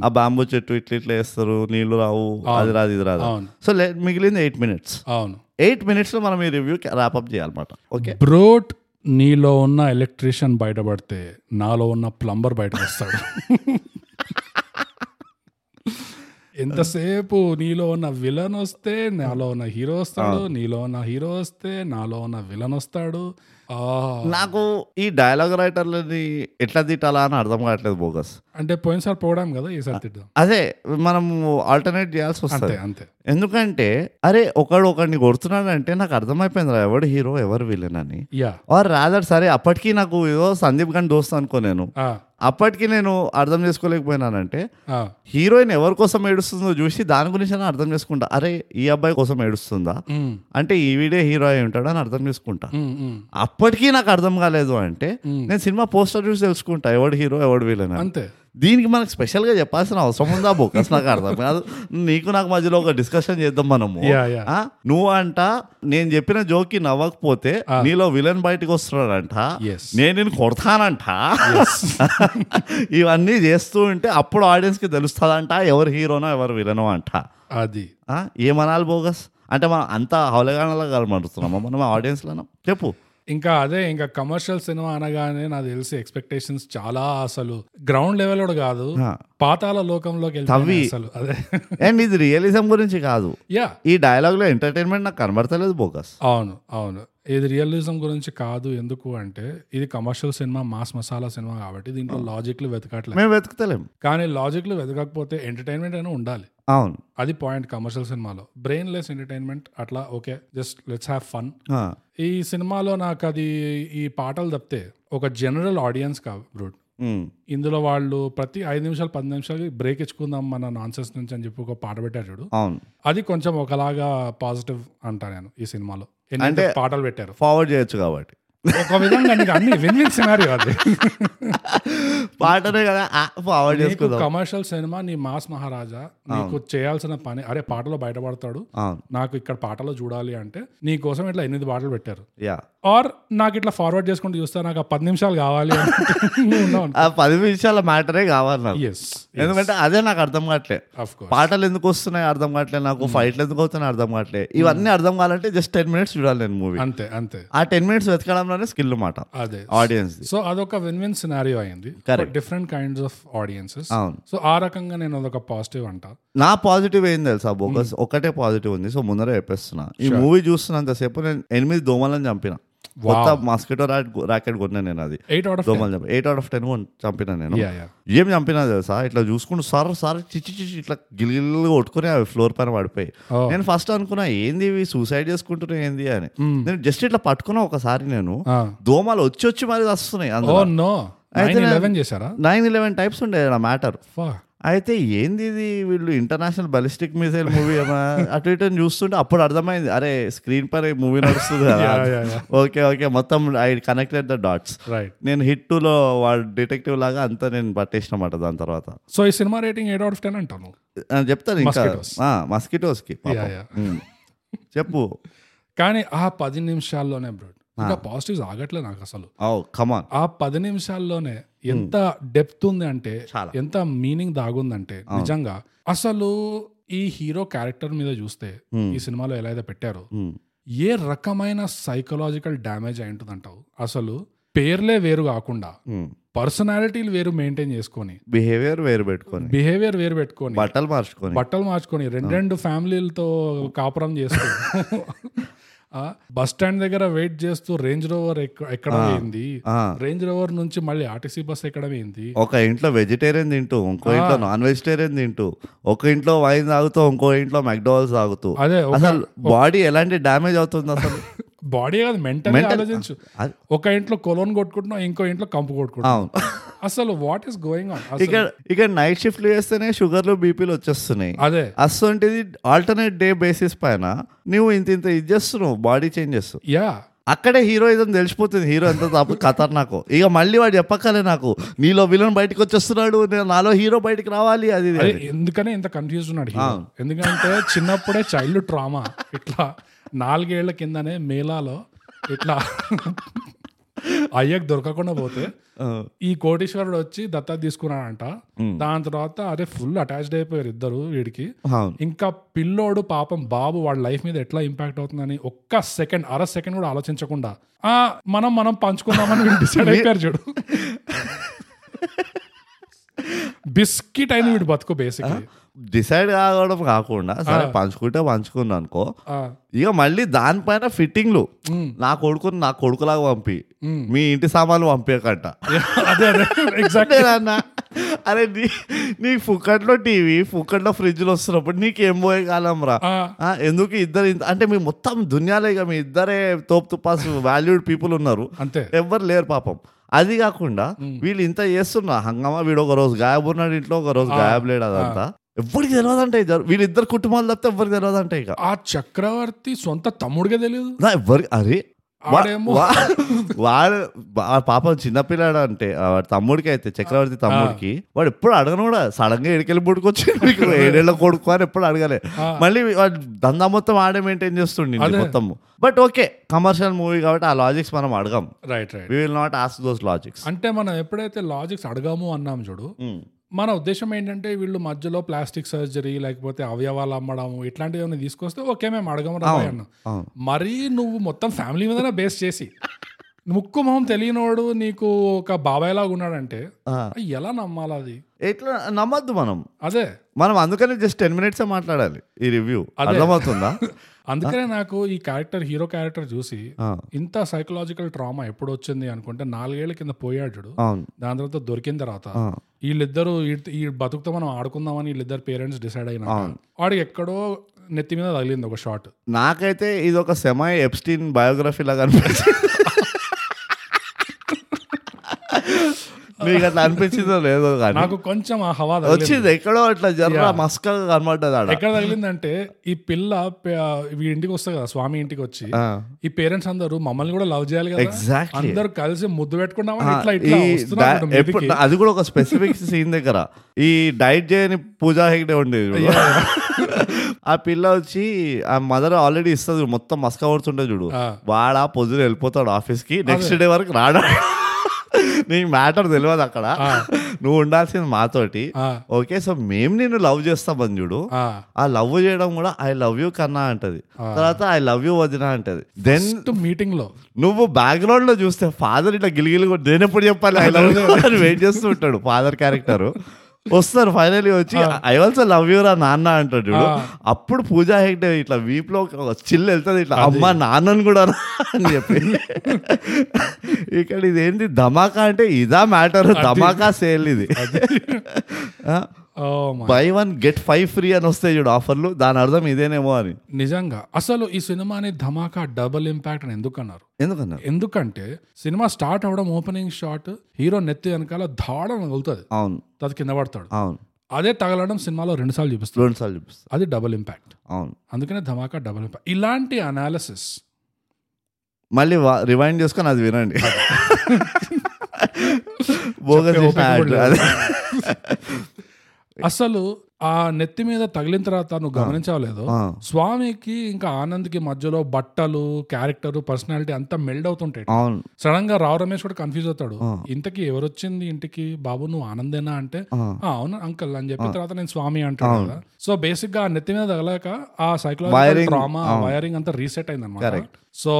Speaker 1: ఆ బాంబూ చెట్టు ఇట్లా ఇట్లా వేస్తారు నీళ్లు రావు అది రాదు ఇది రాదు
Speaker 2: అవును.
Speaker 1: సో లే- మిగిలింది ఎయిట్ మినిట్స్
Speaker 2: అవును
Speaker 1: ఎయిట్ మినిట్స్లో మనం ఈ రివ్యూ ర్యాపప్ చేయాలన్నమాట ఓకే
Speaker 2: బ్రోట్ నీలో ఉన్న ఎలక్ట్రీషియన్ బయటపడితే నాలో ఉన్న ప్లంబర్ బయట వస్తాడు ఎంతసేపు నీలో ఉన్న విలన్ వస్తే నాలో ఉన్న హీరో వస్తాడు నీలో ఉన్న హీరో వస్తే నాలో ఉన్న విలన్ వస్తాడు ఆ,
Speaker 1: నాకు ఈ డైలాగ్ రైటర్లని ఎట్లా తిట్టాలా అని అర్థం కావట్లేదు బోగస్
Speaker 2: అంటే పోయినసారి పోవడం కదా ఈసారి తిట్టాం
Speaker 1: అదే మనము ఆల్టర్నేట్ చేయాల్సి వస్తుంది
Speaker 2: అంతే అంతే
Speaker 1: ఎందుకంటే అరే ఒకడు ఒకడిని కొడుతున్నాడంటే నాకు అర్థమైపోయింది రా ఎవడు హీరో ఎవరు విలన్ అని
Speaker 2: యా
Speaker 1: ఆర్ రాదర్ సరే అప్పటికి నాకు ఏదో సందీప్ గాని దోస్త్ అనుకో నేను
Speaker 2: ఆ,
Speaker 1: అప్పటికి నేను అర్థం చేసుకోలేకపోయినానంటే
Speaker 2: ఆ,
Speaker 1: హీరోయిన్ ఎవరి కోసం ఏడుస్తుందో చూసి దాని గురించి నేను అర్థం చేసుకుంటా అరే ఈ అబ్బాయి కోసం ఏడుస్తుందా
Speaker 2: ఉమ్,
Speaker 1: అంటే ఈ వీడే హీరో అయి ఉంటాడు అని అర్థం చేసుకుంటా
Speaker 2: ఉమ్, ఉమ్.
Speaker 1: అప్పటికీ నాకు అర్థం కాలేదు అంటే
Speaker 2: Hmm.
Speaker 1: నేను సినిమా పోస్టర్ చూసి తెలుసుకుంటా ఎవడు హీరో ఎవడు విలన్ అని.
Speaker 2: అంతే
Speaker 1: దీనికి మనకు స్పెషల్గా చెప్పాల్సిన అవసరం ఉందా బోకస్ నాకు అర్థం కాదు నీకు నాకు మధ్యలో ఒక డిస్కషన్ చేద్దాం మనము
Speaker 2: Yeah, yeah.
Speaker 1: ఆ, నువ్వు అంట నేను చెప్పిన జోక్కి నవ్వకపోతే నీలో విలన్ బయటకు వస్తున్నాడంట
Speaker 2: Yes.
Speaker 1: నేను నేను కొడతానంట ఇవన్నీ చేస్తూ ఉంటే అప్పుడు ఆడియన్స్కి తెలుస్తుందంట ఎవరు హీరోనో ఎవరు విలనో అంట
Speaker 2: అది
Speaker 1: ఆ, ఏమనాలి బోగస్ అంటే మనం అంత హౌలగానలా కలమంటున్నామా మనం ఆడియన్స్లో చెప్పు
Speaker 2: ఇంకా అదే ఇంకా కమర్షియల్ సినిమా అనగానే నాకు తెలిసి ఎక్స్పెక్టేషన్స్ చాలా అసలు గ్రౌండ్ లెవెల్ కూడా కాదు
Speaker 1: ఆ.
Speaker 2: పాతాల లోకంలోకి వెళ్ళి
Speaker 1: తవ్వి.
Speaker 2: అసలు అదే
Speaker 1: అండ్ ఇది రియలిజం గురించి కాదు
Speaker 2: యా
Speaker 1: ఈ డైలాగ్లో ఎంటర్టైన్మెంట్ నాకు కనబడతలేదు బోగస్
Speaker 2: అవును అవును ఇది రియలిజం గురించి కాదు ఎందుకు అంటే ఇది కమర్షియల్ సినిమా మాస్ మసాలా సినిమా కాబట్టి దీంట్లో లాజిక్లు వెతకట్లేదు
Speaker 1: మేము వెతుకుతలేం
Speaker 2: కానీ లాజిక్లు వెతకకపోతే ఎంటర్టైన్మెంట్ అయినా ఉండాలి
Speaker 1: అవును
Speaker 2: అది పాయింట్ కమర్షియల్ సినిమాలో బ్రెయిన్ లెస్ ఎంటర్టైన్మెంట్ అట్లా okay just let's have fun
Speaker 1: ఆ,
Speaker 2: ఈ సినిమాలో నాకు అది ఈ పాటలు తప్పితే ఒక జనరల్ ఆడియన్స్ కా బ్రూట్
Speaker 1: ఉమ్,
Speaker 2: ఇందులో వాళ్ళు ప్రతి ఐదు నిమిషాలు పది నిమిషాలు బ్రేక్ ఇచ్చుకుందాం మన నాన్సెన్స్ నుంచి అని చెప్పి ఒక పాట పెట్టారు చూడు
Speaker 1: అవును
Speaker 2: అది కొంచెం ఒకలాగా పాజిటివ్ అంటా నేను ఈ సినిమాలో ఎందుకంటే పాటలు పెట్టారు
Speaker 1: ఫార్వర్డ్ చేయొచ్చు కాబట్టి
Speaker 2: ఒక విధంగా నీకు అన్ని విన్ విన్ సినారియో అది
Speaker 1: పాటనే కదా ఫార్వర్డ్
Speaker 2: నీకు
Speaker 1: చేసుకుందాం
Speaker 2: కమర్షియల్ సినిమా నీ మాస్ మహారాజా నీకు చేయాల్సిన పని అరే పాటలో బయటపడతాడు
Speaker 1: అవును
Speaker 2: నాకు ఇక్కడ పాటలో చూడాలి అంటే నీ కోసం ఇట్లా ఎనిమిది పాటలు పెట్టారు
Speaker 1: యా
Speaker 2: ఆర్ నాకు ఇట్లా ఫార్వర్డ్ చేసుకుంటూ చూస్తా నాకు ఆ పది నిమిషాలు కావాలి
Speaker 1: ఆ పది నిమిషాల మ్యాటరే కావాలి నాకు
Speaker 2: ఎస్
Speaker 1: ఎందుకంటే అదే నాకు అర్థం కావట్లే
Speaker 2: అఫ్ కోర్స్
Speaker 1: పాటలు ఎందుకు వస్తున్నాయి అర్థం కావట్లే నాకు ఫైట్లు ఎందుకు అవుతున్నాయి అర్థం కావట్లే ఇవన్నీ అర్థం కావాలంటే జస్ట్ టెన్ మినిట్స్ చూడాలి నేను మూవీ
Speaker 2: అంతే అంతే
Speaker 1: ఆ టెన్ మినిట్స్ వెతకడంలోనే స్కిల్ మాట
Speaker 2: అదే
Speaker 1: ఆడియన్స్
Speaker 2: సో అదొక విన్ విన్ సినారియో అయింది
Speaker 1: Correct.
Speaker 2: Different kinds of audiences
Speaker 1: అవును.
Speaker 2: సో ఆ రకంగా నేను అదొక పాజిటివ్ అంట
Speaker 1: నా పాజిటివ్ ఏం తెలుసా బోకస్ ఒకటే పాజిటివ్ ఉంది సో ముందరే చెప్పేస్తున్నా ఈ మూవీ చూస్తున్నంతసేపు నేను ఎనిమిది దోమలను చంపిన కొత్త మాస్కిటో రాకెట్ కొన్నా నేను అది
Speaker 2: ఎయిట్ అవుట్ ఆఫ్
Speaker 1: దోమలు చంపి ఎయిట్ అవుట్ ఆఫ్ టెన్ చంపిన నేను
Speaker 2: యా యా
Speaker 1: ఏం చంపినా తెలుసా ఇట్లా చూసుకుంటూ సార్ సార్ చిచ్చి చిచ్చి ఇట్లా గిల్గిల్లు కొట్టుకుని అవి ఫ్లోర్ పైన పడిపోయి
Speaker 2: Oh.
Speaker 1: నేను ఫస్ట్ అనుకున్నా ఏంది ఇవి సూసైడ్ చేసుకుంటున్నా ఏంది అని
Speaker 2: Hmm.
Speaker 1: నేను జస్ట్ ఇట్లా పట్టుకున్నా ఒకసారి నేను దోమలు వచ్చి వచ్చి మరి వస్తున్నాయి
Speaker 2: ఓ
Speaker 1: అందులో
Speaker 2: నో
Speaker 1: అయితే
Speaker 2: నైన్
Speaker 1: నేను-
Speaker 2: లెవెన్ చేశారా
Speaker 1: నైన్ ఇలెవెన్ టైప్స్ ఉండే నా మ్యాటర్
Speaker 2: ఫా
Speaker 1: అయితే ఏంది ఇది వీళ్ళు ఇంటర్నేషనల్ బలిస్టిక్ మిసైల్ మూవీ అన్నా అటు ఇటు అని చూస్తుంటే అప్పుడు అర్థమైంది అరే స్క్రీన్ పైన మూవీ నడుస్తుంది కదా
Speaker 2: Yeah, yeah,
Speaker 1: ఓకే ఓకే మొత్తం I connected the dots
Speaker 2: right
Speaker 1: నేను హిట్ టూలో వాడు డిటెక్టివ్ లాగా అంతా నేను పట్టేసినమాట దాని తర్వాత
Speaker 2: సో ఈ cinema rating eight out of ten అంటాను
Speaker 1: ఆ, చెప్తాను ఇంకా
Speaker 2: Mosquitoes.
Speaker 1: మస్కిటోస్కి
Speaker 2: యా యా
Speaker 1: Hmm. చెప్పు
Speaker 2: కానీ ఆ పది నిమిషాల్లోనే బ్రో ఇంకా పాజిటివ్స్ ఆగట్లే నాకు అసలు
Speaker 1: ఓ కమాన్
Speaker 2: ఆ పది నిమిషాల్లోనే ఎంత డెప్త్ ఉంది అంటే
Speaker 1: Hmm. చాలా.
Speaker 2: ఎంత మీనింగ్ దాగుందంటే నిజంగా అసలు ఈ హీరో క్యారెక్టర్ మీద చూస్తే
Speaker 1: Hmm.
Speaker 2: ఈ సినిమాలో ఎలా అయితే పెట్టారో ఏ రకమైన సైకలాజికల్ డ్యామేజ్ అయి ఉంటుంది అంటావు అసలు పేర్లే వేరు కాకుండా పర్సనాలిటీలు వేరు మెయింటైన్ చేసుకొని
Speaker 1: బిహేవియర్ Hmm. వేరు పెట్టుకొని
Speaker 2: బిహేవియర్ వేరు పెట్టుకొని
Speaker 1: బట్టలు మార్చుకొని
Speaker 2: బట్టలు మార్చుకొని రెండు రెండు ఫ్యామిలీలతో కాపురం చేస్తూ ఆ, బస్ స్టాండ్ దగ్గర వెయిట్ చేస్తూ రేంజ్ రోవర్ ఎక్క- ఎక్కడం ఏంది
Speaker 1: ఆ.
Speaker 2: రేంజ్ రోవర్ నుంచి మళ్ళీ ఆర్టీసీ బస్ ఎక్కడం ఏంది
Speaker 1: ఒక ఇంట్లో వెజిటేరియన్ తింటూ ఇంకో
Speaker 2: Ah.
Speaker 1: ఇంట్లో నాన్ వెజిటేరియన్ తింటూ ఒక ఇంట్లో వైన్ తాగుతూ ఇంకో ఇంట్లో మెక్డాల్స్ తాగుతూ
Speaker 2: అదే ఒక
Speaker 1: అసలు బాడీ ఎలాంటి డ్యామేజ్ అవుతుంది అసలు
Speaker 2: బాడీ కాదు మెంటల్ ఆలోచించు
Speaker 1: అది-
Speaker 2: ఒక ఇంట్లో కొలోన్ కొట్టుకుంటున్నాం ఇంకో ఇంట్లో కంపు కొట్టుకుంటున్నాం
Speaker 1: అవును
Speaker 2: అసలు వాట్ ఈస్ గోయింగ్ ఆన్
Speaker 1: ఇక్కడ ఇక్కడ నైట్ షిఫ్ట్లు చేస్తేనే షుగర్లు బీపీలు వచ్చేస్తున్నాయి
Speaker 2: అదే
Speaker 1: అసొంటిది ఆల్టర్నేట్ డే బేసిస్ పైన నువ్వు ఇంత ఇంత ఇది చేస్తున్నావు బాడీ చేంజెస్
Speaker 2: యా
Speaker 1: అక్కడే హీరోయిజం తెలిసిపోతుంది హీరో ఎంత తప్పు ఖతర్ నాకు ఇక మళ్ళీ వాడు చెప్పక్కలే నాకు నీలో విలన్ బయటకు వచ్చేస్తున్నాడు నేను నాలో హీరో బయటకు రావాలి అది ఇది
Speaker 2: అదే
Speaker 1: అని.
Speaker 2: ఎందుకనే ఇంత కన్ఫ్యూజ్ ఉన్నాడు హీరో ఎందుకంటే చిన్నప్పుడే చైల్డ్ ట్రామా ఇట్లా నాలుగేళ్ల కిందనే మేళాలో ఇట్లా అయ్యకు దొరకకుండా పోతే ఈ కోటీశ్వరుడు వచ్చి దత్తా తీసుకున్నాడంట దాని తర్వాత అదే ఫుల్ అటాచ్డ్ అయిపోయారు ఇద్దరు వీడికి
Speaker 1: అవును
Speaker 2: ఇంకా పిల్లోడు పాపం బాబు వాడి లైఫ్ మీద ఎట్లా ఇంపాక్ట్ అవుతుందని ఒక్క సెకండ్ అర సెకండ్ కూడా ఆలోచించకుండా ఆ మనం మనం పంచుకుందామని వీడు డిసైడ్ అయిపోయారు చూడు బిస్కెట్ అయిన వీడు బతుకు బేసిక్లీ
Speaker 1: డిసైడ్ కావడం కాకుండా సరే పంచుకుంటే పంచుకున్నా అనుకో ఇక మళ్ళీ దానిపైన ఫిట్టింగ్లు నా కొడుకుని నా కొడుకులాగా పంపి మీ ఇంటి సామాన్లు పంపేయకంట
Speaker 2: అదే అదే ఎగ్జాక్ట్
Speaker 1: నేనన్నా అరే నీ నీ ఫుక్కట్లో టీవీ ఫుక్కట్లో ఫ్రిడ్జ్లు వస్తున్నప్పుడు నీకేం పోయే కాలం రా ఆ, ఎందుకు ఇద్దరు ఇంత- అంటే మీ మొత్తం దునియాలో ఇక మీ ఇద్దరే తోపు తుపాస్ వాల్యూడ్ పీపుల్ ఉన్నారు
Speaker 2: అంతే
Speaker 1: ఎవ్వరు లేరు పాపం అది కాకుండా వీళ్ళు ఇంత చేస్తున్నా హంగమా వీడు ఒక రోజు గాయబ్ ఉన్నాడు ఇంట్లో ఒక రోజు గాయబ్ లేడు అదంతా ఎవరికి తెలియదంటే ఇది జరు- వీళ్ళిద్దరు కుటుంబాలు తప్పితే ఎవరికి తెలియదంటే ఇక
Speaker 2: ఆ చక్రవర్తి సొంత తమ్ముడిగా తెలియదు
Speaker 1: నా ఎవరికి అరే
Speaker 2: ఆడేమో
Speaker 1: వా- వాడు వా- పాపం చిన్నపిల్లాడు అంటే ఆ వాడి తమ్ముడికి అయితే చక్రవర్తి తమ్ముడికి వాడు ఎప్పుడు అడగను కూడా సడన్ గా ఎడికెళ్ళి పుట్టుకొచ్చాడు మీకు ఏడేళ్ళ కొడుకు అని ఎప్పుడు అడగలే మళ్ళీ వాడు దందా మొత్తం ఆడే మెయింటైన్ చేస్తుండే
Speaker 2: అదే.
Speaker 1: మొత్తం బట్ ఓకే కమర్షియల్ మూవీ కాబట్టి ఆ లాజిక్స్ మనం అడగం
Speaker 2: right right
Speaker 1: we will not ask those logics
Speaker 2: అంటే మనం ఎప్పుడైతే లాజిక్స్ అడగాము అన్నాం చూడు
Speaker 1: Hmm.
Speaker 2: మన ఉద్దేశం ఏంటంటే వీళ్ళు మధ్యలో ప్లాస్టిక్ సర్జరీ లేకపోతే అవయవాలు అమ్మడం ఇట్లాంటివి ఏమైనా తీసుకొస్తే ఓకే మేము అడగము రా అన్నాం
Speaker 1: అవును.
Speaker 2: మరీ నువ్వు మొత్తం ఫ్యామిలీ మీదనే బేస్ చేసి ముక్కు మొహం తెలియనోడు నీకు ఒక బాబాయ్ లాగా ఉన్నాడంటే అది ఎలా నమ్మాలి అది
Speaker 1: ఎట్లా నమ్మద్దు మనం
Speaker 2: అదే
Speaker 1: మనం అందుకనే జస్ట్ టెన్ మినిట్స్ మాట్లాడాలి ఈ రివ్యూ అర్థమవుతుందా
Speaker 2: అందుకనే నాకు ఈ క్యారెక్టర్ హీరో క్యారెక్టర్ చూసి
Speaker 1: ఆ,
Speaker 2: ఇంత సైకలాజికల్ ట్రామా ఎప్పుడు వచ్చింది అనుకుంటే నాలుగేళ్ల కింద పోయాడు చూడు.
Speaker 1: అవును
Speaker 2: దాని తర్వాత దొరికిన తర్వాత
Speaker 1: ఆ.
Speaker 2: వీళ్ళిద్దరు ఈ- ఈ బతుకుతో మనం ఆడుకుందామని వీళ్ళిద్దరు పేరెంట్స్ డిసైడ్ అయినా వాడికి ఎక్కడో నెత్తి మీద తగిలింది ఒక షాట్
Speaker 1: నాకైతే ఇది ఒక సెమై ఎప్స్టీన్ బయోగ్రఫీ లాగా అనిపించింది మీకు అట్లా అనిపించిందో లేదో కానీ
Speaker 2: నాకు కొంచెం ఆ హవా తగిలింది.
Speaker 1: వచ్చింది ఎక్కడో అట్లా జర్ర మస్కగా కనబడ్డది ఆడ
Speaker 2: ఎక్కడ తగిలిందంటే ఈ పిల్ల పే- వీడి ఇంటికి వస్తుంది కదా స్వామి ఇంటికి వచ్చి ఈ పేరెంట్స్ అందరూ మమ్మల్ని కూడా లవ్ చేయాలి కదా
Speaker 1: Exactly.
Speaker 2: అందరూ కలిసి ముద్దు పెట్టుకున్నామని ఇట్లా
Speaker 1: ఈ
Speaker 2: ఇట్లా వస్తున్నారు
Speaker 1: డై-
Speaker 2: అన్నమాట మీదికి.
Speaker 1: ఎప్పుడు అది కూడా ఒక స్పెసిఫిక్ సీన్ దగ్గర ఈ డైట్ చేయని పూజా హెగ్డే ఉండేది చూడు. ఆ పిల్ల వచ్చి ఆ మదర్ ఆల్రెడీ ఇస్తుంది చూడు, మొత్తం మస్క కొడుతుంటే చూడు
Speaker 2: ఆ.
Speaker 1: వాడు ఆ పొద్దున వెళ్ళిపోతాడు ఆఫీస్ కి నెక్స్ట్ డే వరకు రాడా నీకు మ్యాటర్ తెలియదు అక్కడ నువ్వు ఉండాల్సింది మాతోటి
Speaker 2: ఆ,
Speaker 1: ఓకే సో మేము నిన్ను లవ్ చేస్తామని చూడు
Speaker 2: ఆ,
Speaker 1: ఆ లవ్ చేయడం కూడా ఐ లవ్ యూ కన్నా అంటది తర్వాత ఐ లవ్ యూ వదిన అంటది దెన్
Speaker 2: ఫస్ట్ మీటింగ్ లో
Speaker 1: నువ్వు బ్యాక్గ్రౌండ్ లో చూస్తే ఫాదర్ ఇట్లా గిలిగిలి కూడా నేను ఎప్పుడు చెప్పాలి ఐ లవ్ యూ అని వెయిట్ చేస్తూ ఉంటాడు ఫాదర్ క్యారెక్టర్ వస్తారు ఫైనలీ వచ్చి ఐ ఆల్సో లవ్ యూ రా నాన్న అంటాడు చూడు అప్పుడు పూజా హెగ్డే ఇట్లా వీపులో ఒక చిల్ వెళ్తుంది ఇట్లా అమ్మ నాన్నని కూడా రా అని చెప్పి ఇక్కడ ఇదేంటి ధమాకా అంటే ఇదా మ్యాటర్ ధమాకా సేల్ ఇది ఆ?
Speaker 2: Oh Oh my
Speaker 1: buy one get five free అని వస్తాయి చూడు ఆఫర్లు దాని అర్థం ఇదేనేమో అని
Speaker 2: నిజంగా అసలు ఈ సినిమాని ధమాకా డబుల్ ఇంపాక్ట్ అని ఎందుకు అన్నారు
Speaker 1: ఎందుకన్నారు
Speaker 2: ఎందుకంటే సినిమా స్టార్ట్ అవడం ఓపెనింగ్ షాట్ హీరో నెత్తి వెనకాల దాడం వెళ్తుంది
Speaker 1: అవును
Speaker 2: తర్వాత కింద పడతాడు
Speaker 1: అవును
Speaker 2: అదే తగలడం సినిమాలో రెండు సార్లు చూపిస్తుంది
Speaker 1: రెండు సార్లు చూపిస్తా
Speaker 2: అది డబుల్ ఇంపాక్ట్
Speaker 1: అవును
Speaker 2: అందుకనే ధమాకా డబుల్ ఇంపాక్ట్ ఇలాంటి అనాలిసిస్
Speaker 1: మళ్ళీ రివైండ్ చేసుకొని అది వినండి బోగస్ చేసిన
Speaker 2: చెప్పే ఓపిక
Speaker 1: ad.
Speaker 2: కూడా
Speaker 1: అదే.
Speaker 2: అసలు ఆ నెత్తి మీద తగిలిన తర్వాత నువ్వు గమనించలేదు
Speaker 1: ఆ.
Speaker 2: స్వామికి ఇంకా ఆనంద్కి మధ్యలో బట్టలు క్యారెక్టర్ పర్సనాలిటీ అంతా మెల్డ్ అవుతుంటాయి
Speaker 1: అవును
Speaker 2: సడన్ గా రావు రమేష్ కూడా కన్ఫ్యూజ్ అవుతాడు ఇంతకీ ఎవరొచ్చింది ఇంటికి బాబు నువ్వు ఆనందేనా అంటే "ఆ, అవును అంకల్ అని చెప్పిన తర్వాత నేను స్వామి అంటాను కదా సో బేసిక్ గా ఆ నెత్తి మీద తగలాక ఆ సైకలాజికల్
Speaker 1: Wiring,
Speaker 2: డ్రామా వైరింగ్ అంతా రీసెట్ అయింది అనమాట సో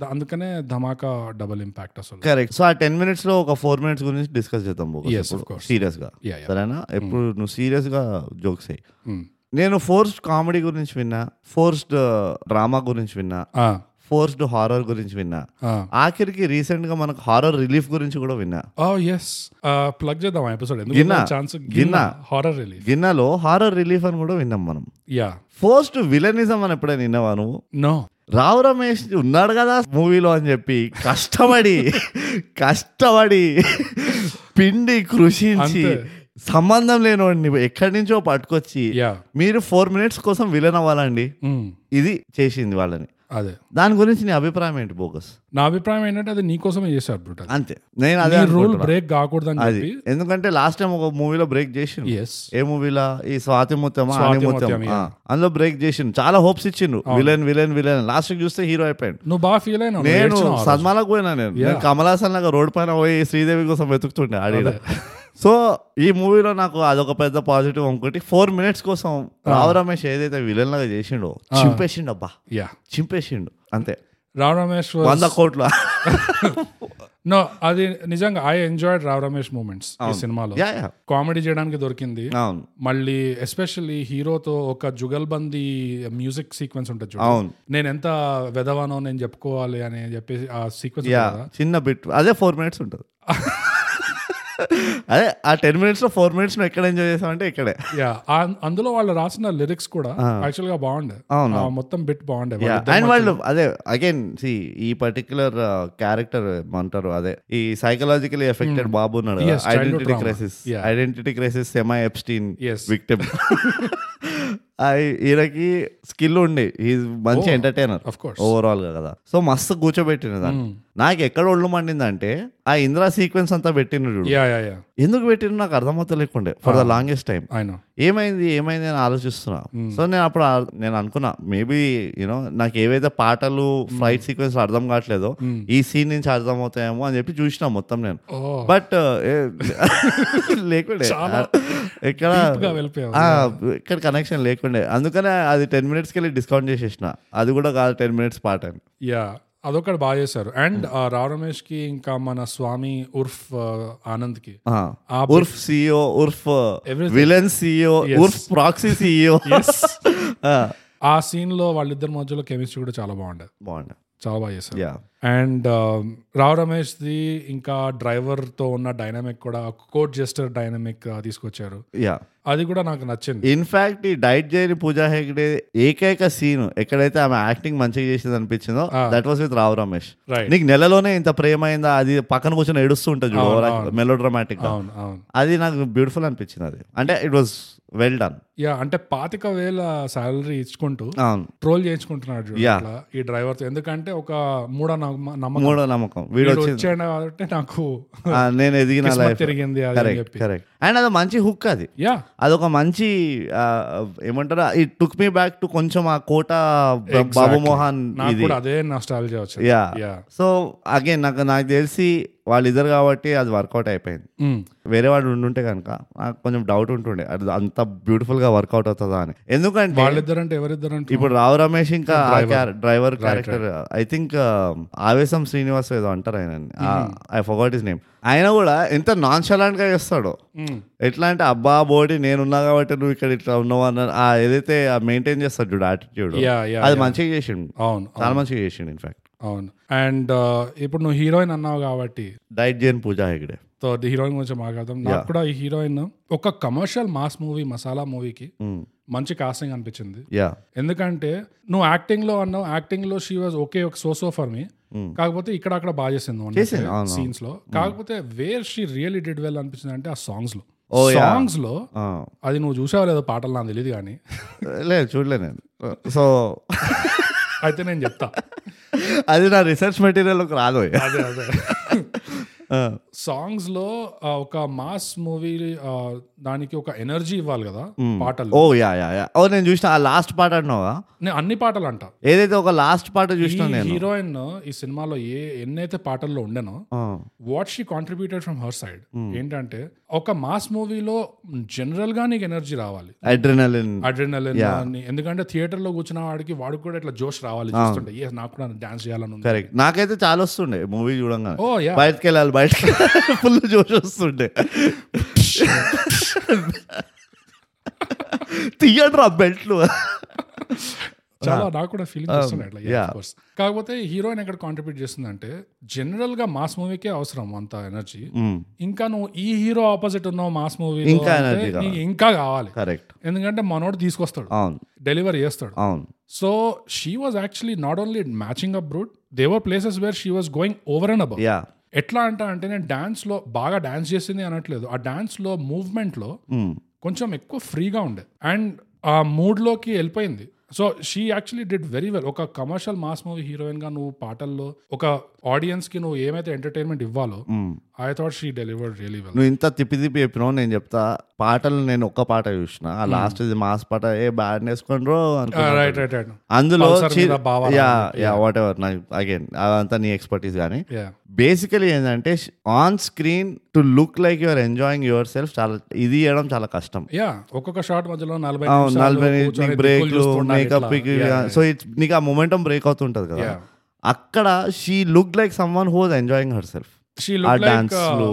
Speaker 2: ద- అందుకనే ధమాకా డబుల్ ఇంపాక్ట్ అసలు
Speaker 1: కరెక్ట్ సో ఆ టెన్ మినిట్స్ లో ఒక ఫోర్ మినిట్స్ గురించి డిస్కస్ చేద్దాం
Speaker 2: Yes, of course.
Speaker 1: సీరియస్ గా
Speaker 2: Yeah, yeah.
Speaker 1: సరేనా ఎప్పుడు నువ్వు సీరియస్ గా జోక్స్ అయ్యి
Speaker 2: Hmm.
Speaker 1: నేను ఫోర్స్డ్ కామెడీ గురించి విన్నా ఫోర్స్డ్ డ్రామా గురించి విన్నా
Speaker 2: ఆ,
Speaker 1: ఫోర్స్డ్ హారర్ గురించి విన్నా
Speaker 2: ఆ.
Speaker 1: ఆఖరికి రీసెంట్ గా మనకు హారర్ రిలీఫ్ గురించి కూడా విన్నా
Speaker 2: ఓ ఎస్ ప్లగ్ చేద్దాం ఎపిసోడ్
Speaker 1: గిన్నా.
Speaker 2: ఎందుకు ఛాన్స్ గిన్నా హారర్ రిలీఫ్
Speaker 1: గిన్నెలో హారర్ రిలీఫ్ అని కూడా విన్నాం మనం
Speaker 2: యా
Speaker 1: ఫోర్స్ట్ విలనిజం అని ఎప్పుడైనా విన్నావా నువ్వు
Speaker 2: నో
Speaker 1: రావు రమేష్ ఉన్నాడు కదా మూవీలో అని చెప్పి కష్టపడి కష్టపడి పిండి కృషించి
Speaker 2: అంతే.
Speaker 1: సంబంధం లేనివాడిని ఎక్కడి నుంచో పట్టుకొచ్చి
Speaker 2: యా
Speaker 1: మీరు ఫోర్ మినిట్స్ కోసం విలన్ అవ్వాలండి ఇది చేసింది వాళ్ళని
Speaker 2: Mm, అదే
Speaker 1: దాని గురించి నీ అభిప్రాయం ఏంటి బోగస్
Speaker 2: నా అభిప్రాయం ఏంటంటే అది నీకోసమే చేశారు బ్రూట్
Speaker 1: అంతే నేను అదే
Speaker 2: ఈ రూల్
Speaker 1: అనుకుంటున్నా.
Speaker 2: బ్రేక్ కాకూడదని
Speaker 1: అది
Speaker 2: చెప్పి
Speaker 1: ఎందుకంటే లాస్ట్ టైం ఒక మూవీలో బ్రేక్ చేసి
Speaker 2: ఎస్
Speaker 1: ఏ మూవీలా ఈ స్వాతి ముత్యమా ఆని
Speaker 2: ముత్యం,
Speaker 1: ముత్యం ఆ. అందులో బ్రేక్ చేసిండు చాలా హోప్స్ ఇచ్చిండు విలన్ విలన్ విలన్ లాస్ట్ చూస్తే హీరో అయిపోయాడు
Speaker 2: నువ్వు బాగా ఫీల్ అయినా
Speaker 1: నేను సన్మాలకు పోయినా నేను నేను కమలాసన్ లాగా రోడ్ పైన పోయి శ్రీదేవి కోసం వెతుకుతుండే ఆడి సో ఈ మూవీలో నాకు అదొక పెద్ద పాజిటివ్ ఇంకోటి ఫోర్ మినిట్స్ కోసం రావు రమేష్ ఏదైతే విలన్ లాగా చేసిండో చింపేసిండు అబ్బా
Speaker 2: యా
Speaker 1: చింపేసిండు అంతే
Speaker 2: రావ్ రమేష్
Speaker 1: వంద కోట్ల
Speaker 2: నో అది నిజంగా I enjoyed Rao Ramesh moments ఈ సినిమాలో
Speaker 1: యా యా
Speaker 2: కామెడీ చేయడానికి దొరికింది
Speaker 1: అవును
Speaker 2: మళ్ళీ ఎస్పెషల్లీ హీరోతో ఒక జుగల్బందీ మ్యూజిక్ సీక్వెన్స్ ఉంటుంది చూడు
Speaker 1: అవును
Speaker 2: నేను ఎంత వెదవానో నేను చెప్పుకోవాలి అని చెప్పేసి ఆ సీక్వెన్స్
Speaker 1: యా చిన్న బిట్ అదే ఫోర్ మినిట్స్ ఉంటుంది అదే ఆ టెన్ మినిట్స్ లో ఫోర్ మినిట్స్ ఎక్కడ ఎంజాయ్ చేసామంటే ఇక్కడే
Speaker 2: యా అందులో వాళ్ళు రాసిన లిరిక్స్ కూడా యాక్చువల్ గా బాగుండే
Speaker 1: అవును.
Speaker 2: ఆ మొత్తం బిట్ బాగుండే
Speaker 1: అండ్ వాళ్ళు అదే అగైన్ సి ఈ పర్టికులర్ క్యారెక్టర్ అంటారు అదే ఈ సైకలాజికల్లీ ఎఫెక్టెడ్ బాబు ఉన్నాడు
Speaker 2: Hmm. Yes, childhood
Speaker 1: identity
Speaker 2: trauma.
Speaker 1: Crisis
Speaker 2: Yeah.
Speaker 1: Identity crisis సెమై ఎప్స్టీన్
Speaker 2: Yes.
Speaker 1: విక్టిమ్ అయి- ఈయనకి స్కిల్ ఉండి ఈ మంచి
Speaker 2: Oh,
Speaker 1: entertainer
Speaker 2: of course
Speaker 1: overall గా కదా సో మస్తు కూర్చోబెట్టిన దాన్ని
Speaker 2: Hmm.
Speaker 1: నాకు ఎక్కడ ఒళ్ళు మండిందంటే ఆ ఇంద్రా సీక్వెన్స్ అంతా పెట్టిన చూడు
Speaker 2: యా యా యా
Speaker 1: ఎందుకు పెట్టిన నాకు అర్థమవుతలేకుండే for
Speaker 2: Ah.
Speaker 1: The longest time
Speaker 2: I know
Speaker 1: ఏమైంది ఏమైంది అని ఆలోచిస్తున్నా సో నేను అప్పుడు ఆ- నేను అనుకున్నా మేబీ యూనో నాకు ఏవైతే పాటలు ఫ్లైట్ సీక్వెన్స్ అర్థం కావట్లేదో ఈ సీన్ నుంచి అర్థం అవుతాయేమో అని చెప్పి చూసినా మొత్తం నేను
Speaker 2: ఓ
Speaker 1: బట్ లేకుండే
Speaker 2: చాలా
Speaker 1: ఇక్కడ
Speaker 2: deep గా వెళ్ళిపోయావు.
Speaker 1: ఆ, ఇక్కడ కనెక్షన్ లేకుండే అందుకనే అది టెన్ మినిట్స్కి వెళ్ళి డిస్కౌంట్ చేసేసిన అది కూడా కాదు టెన్ మినిట్స్ పాట అని
Speaker 2: యా అదొకటి బాగా చేశారు అండ్ రావ్ రమేష్ కి ఇంకా మన స్వామి ఉర్ఫ్ ఆనంద్ కి
Speaker 1: ఆ. E
Speaker 2: ఆ
Speaker 1: ఉర్ఫ్ సిఇఓ ఉర్ఫ్
Speaker 2: Everything.
Speaker 1: విలన్ సిఇఓ ఉర్ఫ్ ప్రాక్సీ సిఇఓ
Speaker 2: ఆ సీన్ లో వాళ్ళిద్దరి మధ్యలో కెమిస్ట్రీ కూడా చాలా బాగుండేది
Speaker 1: బాగుంది
Speaker 2: చాలా బాగా చేశారు
Speaker 1: yeah
Speaker 2: and Rao Ramesh the ఇంకా డ్రైవర్ తో ఉన్న డైనామిక్ కూడా కోట్ జెస్టర్ డైనామిక్ తీసుకొచ్చారు
Speaker 1: యా
Speaker 2: అది కూడా నాకు నచ్చింది
Speaker 1: ఇన్ఫాక్ట్ ఈ డైట్ చేయని పూజా హెగ్డే ఏకైక సీన్ ఎక్కడైతే ఆమె యాక్టింగ్ మంచిగా చేసేది అనిపించిందో that was with Rao Ramesh
Speaker 2: right
Speaker 1: నీకు నెలలోనే ఇంత ప్రేమ అయిందా అది పక్కన కూర్చొని ఏడుస్తూ ఉంటుంది చూడు మెలో డ్రామాటిక్
Speaker 2: అవును అవును
Speaker 1: అది నాకు బ్యూటిఫుల్ అనిపించింది అది అంటే it was well done
Speaker 2: yeah అంటే పాతిక వేల శాలరీ ఇచ్చుకుంటూ
Speaker 1: అవును
Speaker 2: ట్రోల్ చేయించుకుంటున్నాడు చూడు
Speaker 1: Yeah.
Speaker 2: ఇట్లా ఈ డ్రైవర్ తో ఎందుకంటే ఒక మూడో నమ్మ- నమ్మకం
Speaker 1: మూడో నమ్మకం వీడు
Speaker 2: వీడు
Speaker 1: వచ్చి
Speaker 2: వచ్చాడు కాబట్టి నాకు
Speaker 1: ఆ, నేను ఎదిగిన
Speaker 2: కిస్మత్
Speaker 1: లైఫ్
Speaker 2: తిరిగింది అది అని
Speaker 1: కరెక్ట్
Speaker 2: చెప్పి
Speaker 1: కరెక్ట్ అండ్ అది మంచి హుక్ అది
Speaker 2: యా
Speaker 1: అదొక మంచి ఆ, ఏమంటారా ఈ టుక్ మీ బ్యాక్ టు కొంచెం ఆ కోట బ- బాబు మోహన్
Speaker 2: నాకు
Speaker 1: ఇది
Speaker 2: కూడా అదే నష్టాలజీ వచ్చింది
Speaker 1: యా
Speaker 2: యా
Speaker 1: సో అగైన్ నాకు నాకు తెలిసి వాళ్ళిద్దరు కాబట్టి అది వర్కౌట్ అయిపోయింది వేరే వాడు ఉండుంటే కనుక నాకు కొంచెం డౌట్ ఉంటుండే అది అంత బ్యూటిఫుల్ గా వర్కౌట్ అవుతుందా అని ఎందుకంటే
Speaker 2: వాళ్ళిద్దరంటే ఎవరిద్దరంటే
Speaker 1: ఇప్పుడు రావు రమేష్ ఇంకా driver character I think uh, ఆవేశం శ్రీనివాస్ ఏదో అంటారు ఆయన
Speaker 2: Hmm.
Speaker 1: I forgot his name ఆయన కూడా ఎంత నాన్షలాంట్ గా చేస్తాడు
Speaker 2: Mm.
Speaker 1: ఎట్లా అంటే అబ్బా బోడి నేనున్నా కాబట్టి నువ్వు ఇక్కడ ఇట్లా ఉన్నావు అన్న ఆ ఏదైతే మెయింటైన్ చేస్తాడు చూడు యాటిట్యూడ్
Speaker 2: Yeah, yeah,
Speaker 1: అది మంచిగా చేసిండు
Speaker 2: అవును
Speaker 1: చాలా మంచిగా చేసిండు ఇన్ఫాక్ట్
Speaker 2: అవును అండ్ ఇప్పుడు నువ్వు హీరోయిన్ అన్నావు కాబట్టి
Speaker 1: డైట్ చేయని Pooja Hegde
Speaker 2: so the heroine గురించి మాట్లాడదాం నాకు కూడా ఈ హీరోయిన్ ఒక కమర్షియల్ మాస్ మూవీ మసాలా మూవీకి
Speaker 1: Hmm.
Speaker 2: మంచి కాస్టింగ్ అనిపించింది
Speaker 1: యా
Speaker 2: ఎందుకంటే నువ్వు యాక్టింగ్ లో అన్నావు యాక్టింగ్ లో షీ వాజ్ ఓకే ఒక సో సో ఫర్ మీ కాకపోతే ఇక్కడ అక్కడ బాగా చేసింది
Speaker 1: Hmm. చేసింది, అవును. Hmm.
Speaker 2: సీన్స్ లో కాకపోతే where she really did well అనిపించింది అంటే ఆ సాంగ్స్ లో
Speaker 1: Oh, yeah.
Speaker 2: సాంగ్స్ లో
Speaker 1: ఆ.
Speaker 2: అది నువ్వు చూసావో లేదో పాటలు నాకు తెలియదు కానీ
Speaker 1: లేదు చూడలే నేను సో
Speaker 2: అయితే నేను చెప్తా
Speaker 1: అది నా రీసెర్చ్ మెటీరియల్కి రాదు
Speaker 2: అదే అదే సాంగ్స్ లో ఆ, ఒక మాస్ మూవీ దానికి ఒక ఎనర్జీ ఇవ్వాలి కదా
Speaker 1: Hmm.
Speaker 2: పాటలు
Speaker 1: oh yeah yeah yeah oh నేను చూసిన ఆ లాస్ట్ పాట అన్నావా
Speaker 2: నేను అన్ని పాటలు అంట
Speaker 1: ఏదైతే ఒక లాస్ట్ పాట
Speaker 2: ఈ
Speaker 1: చూసినా నేను
Speaker 2: హీరోయిన్ ఈ సినిమాలో ఏ ఎన్నైతే పాటల్లో ఉండేనో
Speaker 1: ఆ,
Speaker 2: what she contributed from her side ఏంటంటే ఒక మాస్ మూవీలో జనరల్ గా నీకు ఎనర్జీ రావాలి
Speaker 1: అడ్రినలిన్
Speaker 2: అడ్రినలిన్ ఎందుకంటే థియేటర్ లో కూర్చున్న వాడికి వాడు కూడా ఇట్లా జోష్ రావాలి చూస్తుంటే "Yes, నాకు కూడా డాన్స్ చేయాలని ఉంది
Speaker 1: కరెక్ట్ నాకైతే చాలా వస్తుండే మూవీ చూడంగానే
Speaker 2: ఓ యా
Speaker 1: బయటకు వెళ్ళాలి బయటకు ఫుల్ జోష్ వస్తుండే తీయండి రా బెల్ట్లు
Speaker 2: చాలా నాకు కూడా ఫీలింగ్ వస్తుంది అట్లా Ah. yeah,
Speaker 1: yeah.
Speaker 2: of course. కాకపోతే హీరోయిన్ ఎక్కడ కాంట్రిబ్యూట్ చేస్తుందంటే జనరల్ గా మాస్ మూవీకే అవసరం అంత ఎనర్జీ ఇంకా నువ్వు ఈ హీరో ఆపోజిట్ ఉన్నావు మాస్ మూవీ
Speaker 1: ఇంకా energy
Speaker 2: ఇంకా కావాలి Ah.
Speaker 1: కరెక్ట్
Speaker 2: ఎందుకంటే మనోడు తీసుకొస్తాడు
Speaker 1: అవును
Speaker 2: డెలివరీ చేస్తాడు
Speaker 1: అవును
Speaker 2: so she was actually not only matching up brute దేవర్ places where she was going over and about
Speaker 1: yeah
Speaker 2: ఎట్లా అంట అంటే నేను డాన్స్ లో బాగా డాన్స్ చేసింది అనట్లేదు ఆ డాన్స్ లో మూవ్మెంట్ లో కొంచెం ఎక్కువ ఫ్రీగా ఉండే అండ్ ఆ మూడ్ లోకి వెళ్ళిపోయింది so she actually did very well ఒక కమర్షియల్ మాస్ మూవీ హీరోయిన్ గా నువ్వు పాటల్లో ఒక ఆడియన్స్ కి నువ్వు ఏమైతే ఎంటర్టైన్మెంట్ ఇవ్వాలో
Speaker 1: Hmm.
Speaker 2: I thought she delivered really well
Speaker 1: నువ్వు ఇంత తిప్పి తిప్పి చెప్పినావు నేను చెప్తా పాటలు నేను ఒక్క పాట చూసిన ఆ లాస్ట్ ఇది మాస్ పాట ఏ బ్యాడ్ వేసుకుండ్రో అనుకున్నా
Speaker 2: రైట్ రైట్ రైట్
Speaker 1: అందులో
Speaker 2: Pulsar
Speaker 1: చి-
Speaker 2: మీద బావ
Speaker 1: యా యా వాట్ ఎవర్ నాకు అగైన్ అదంతా నీ ఎక్స్పర్టీస్ కానీ
Speaker 2: యా
Speaker 1: బేసికలీ ఏంటంటే on screen to look like your enjoying yourself చాలా ఇది చేయడం చాలా కష్టం
Speaker 2: యా ఒక్కొక్క షాట్ మధ్యలో నలభై
Speaker 1: అవును,
Speaker 2: నిమిషాలు
Speaker 1: నలభై
Speaker 2: కూర్చొని దిక్కులు
Speaker 1: బ్రేక్లు
Speaker 2: చూస్తుండాలి
Speaker 1: మేకప్
Speaker 2: ఇట్లా. Yeah,
Speaker 1: సో ఇట్స్ నీకు ఆ మొమెంటం బ్రేక్ అవుతుంటది కదా
Speaker 2: Yeah.
Speaker 1: అక్కడ she look like someone who's enjoying herself
Speaker 2: She
Speaker 1: ఆ
Speaker 2: looked like,
Speaker 1: డాన్స్
Speaker 2: uh,
Speaker 1: లో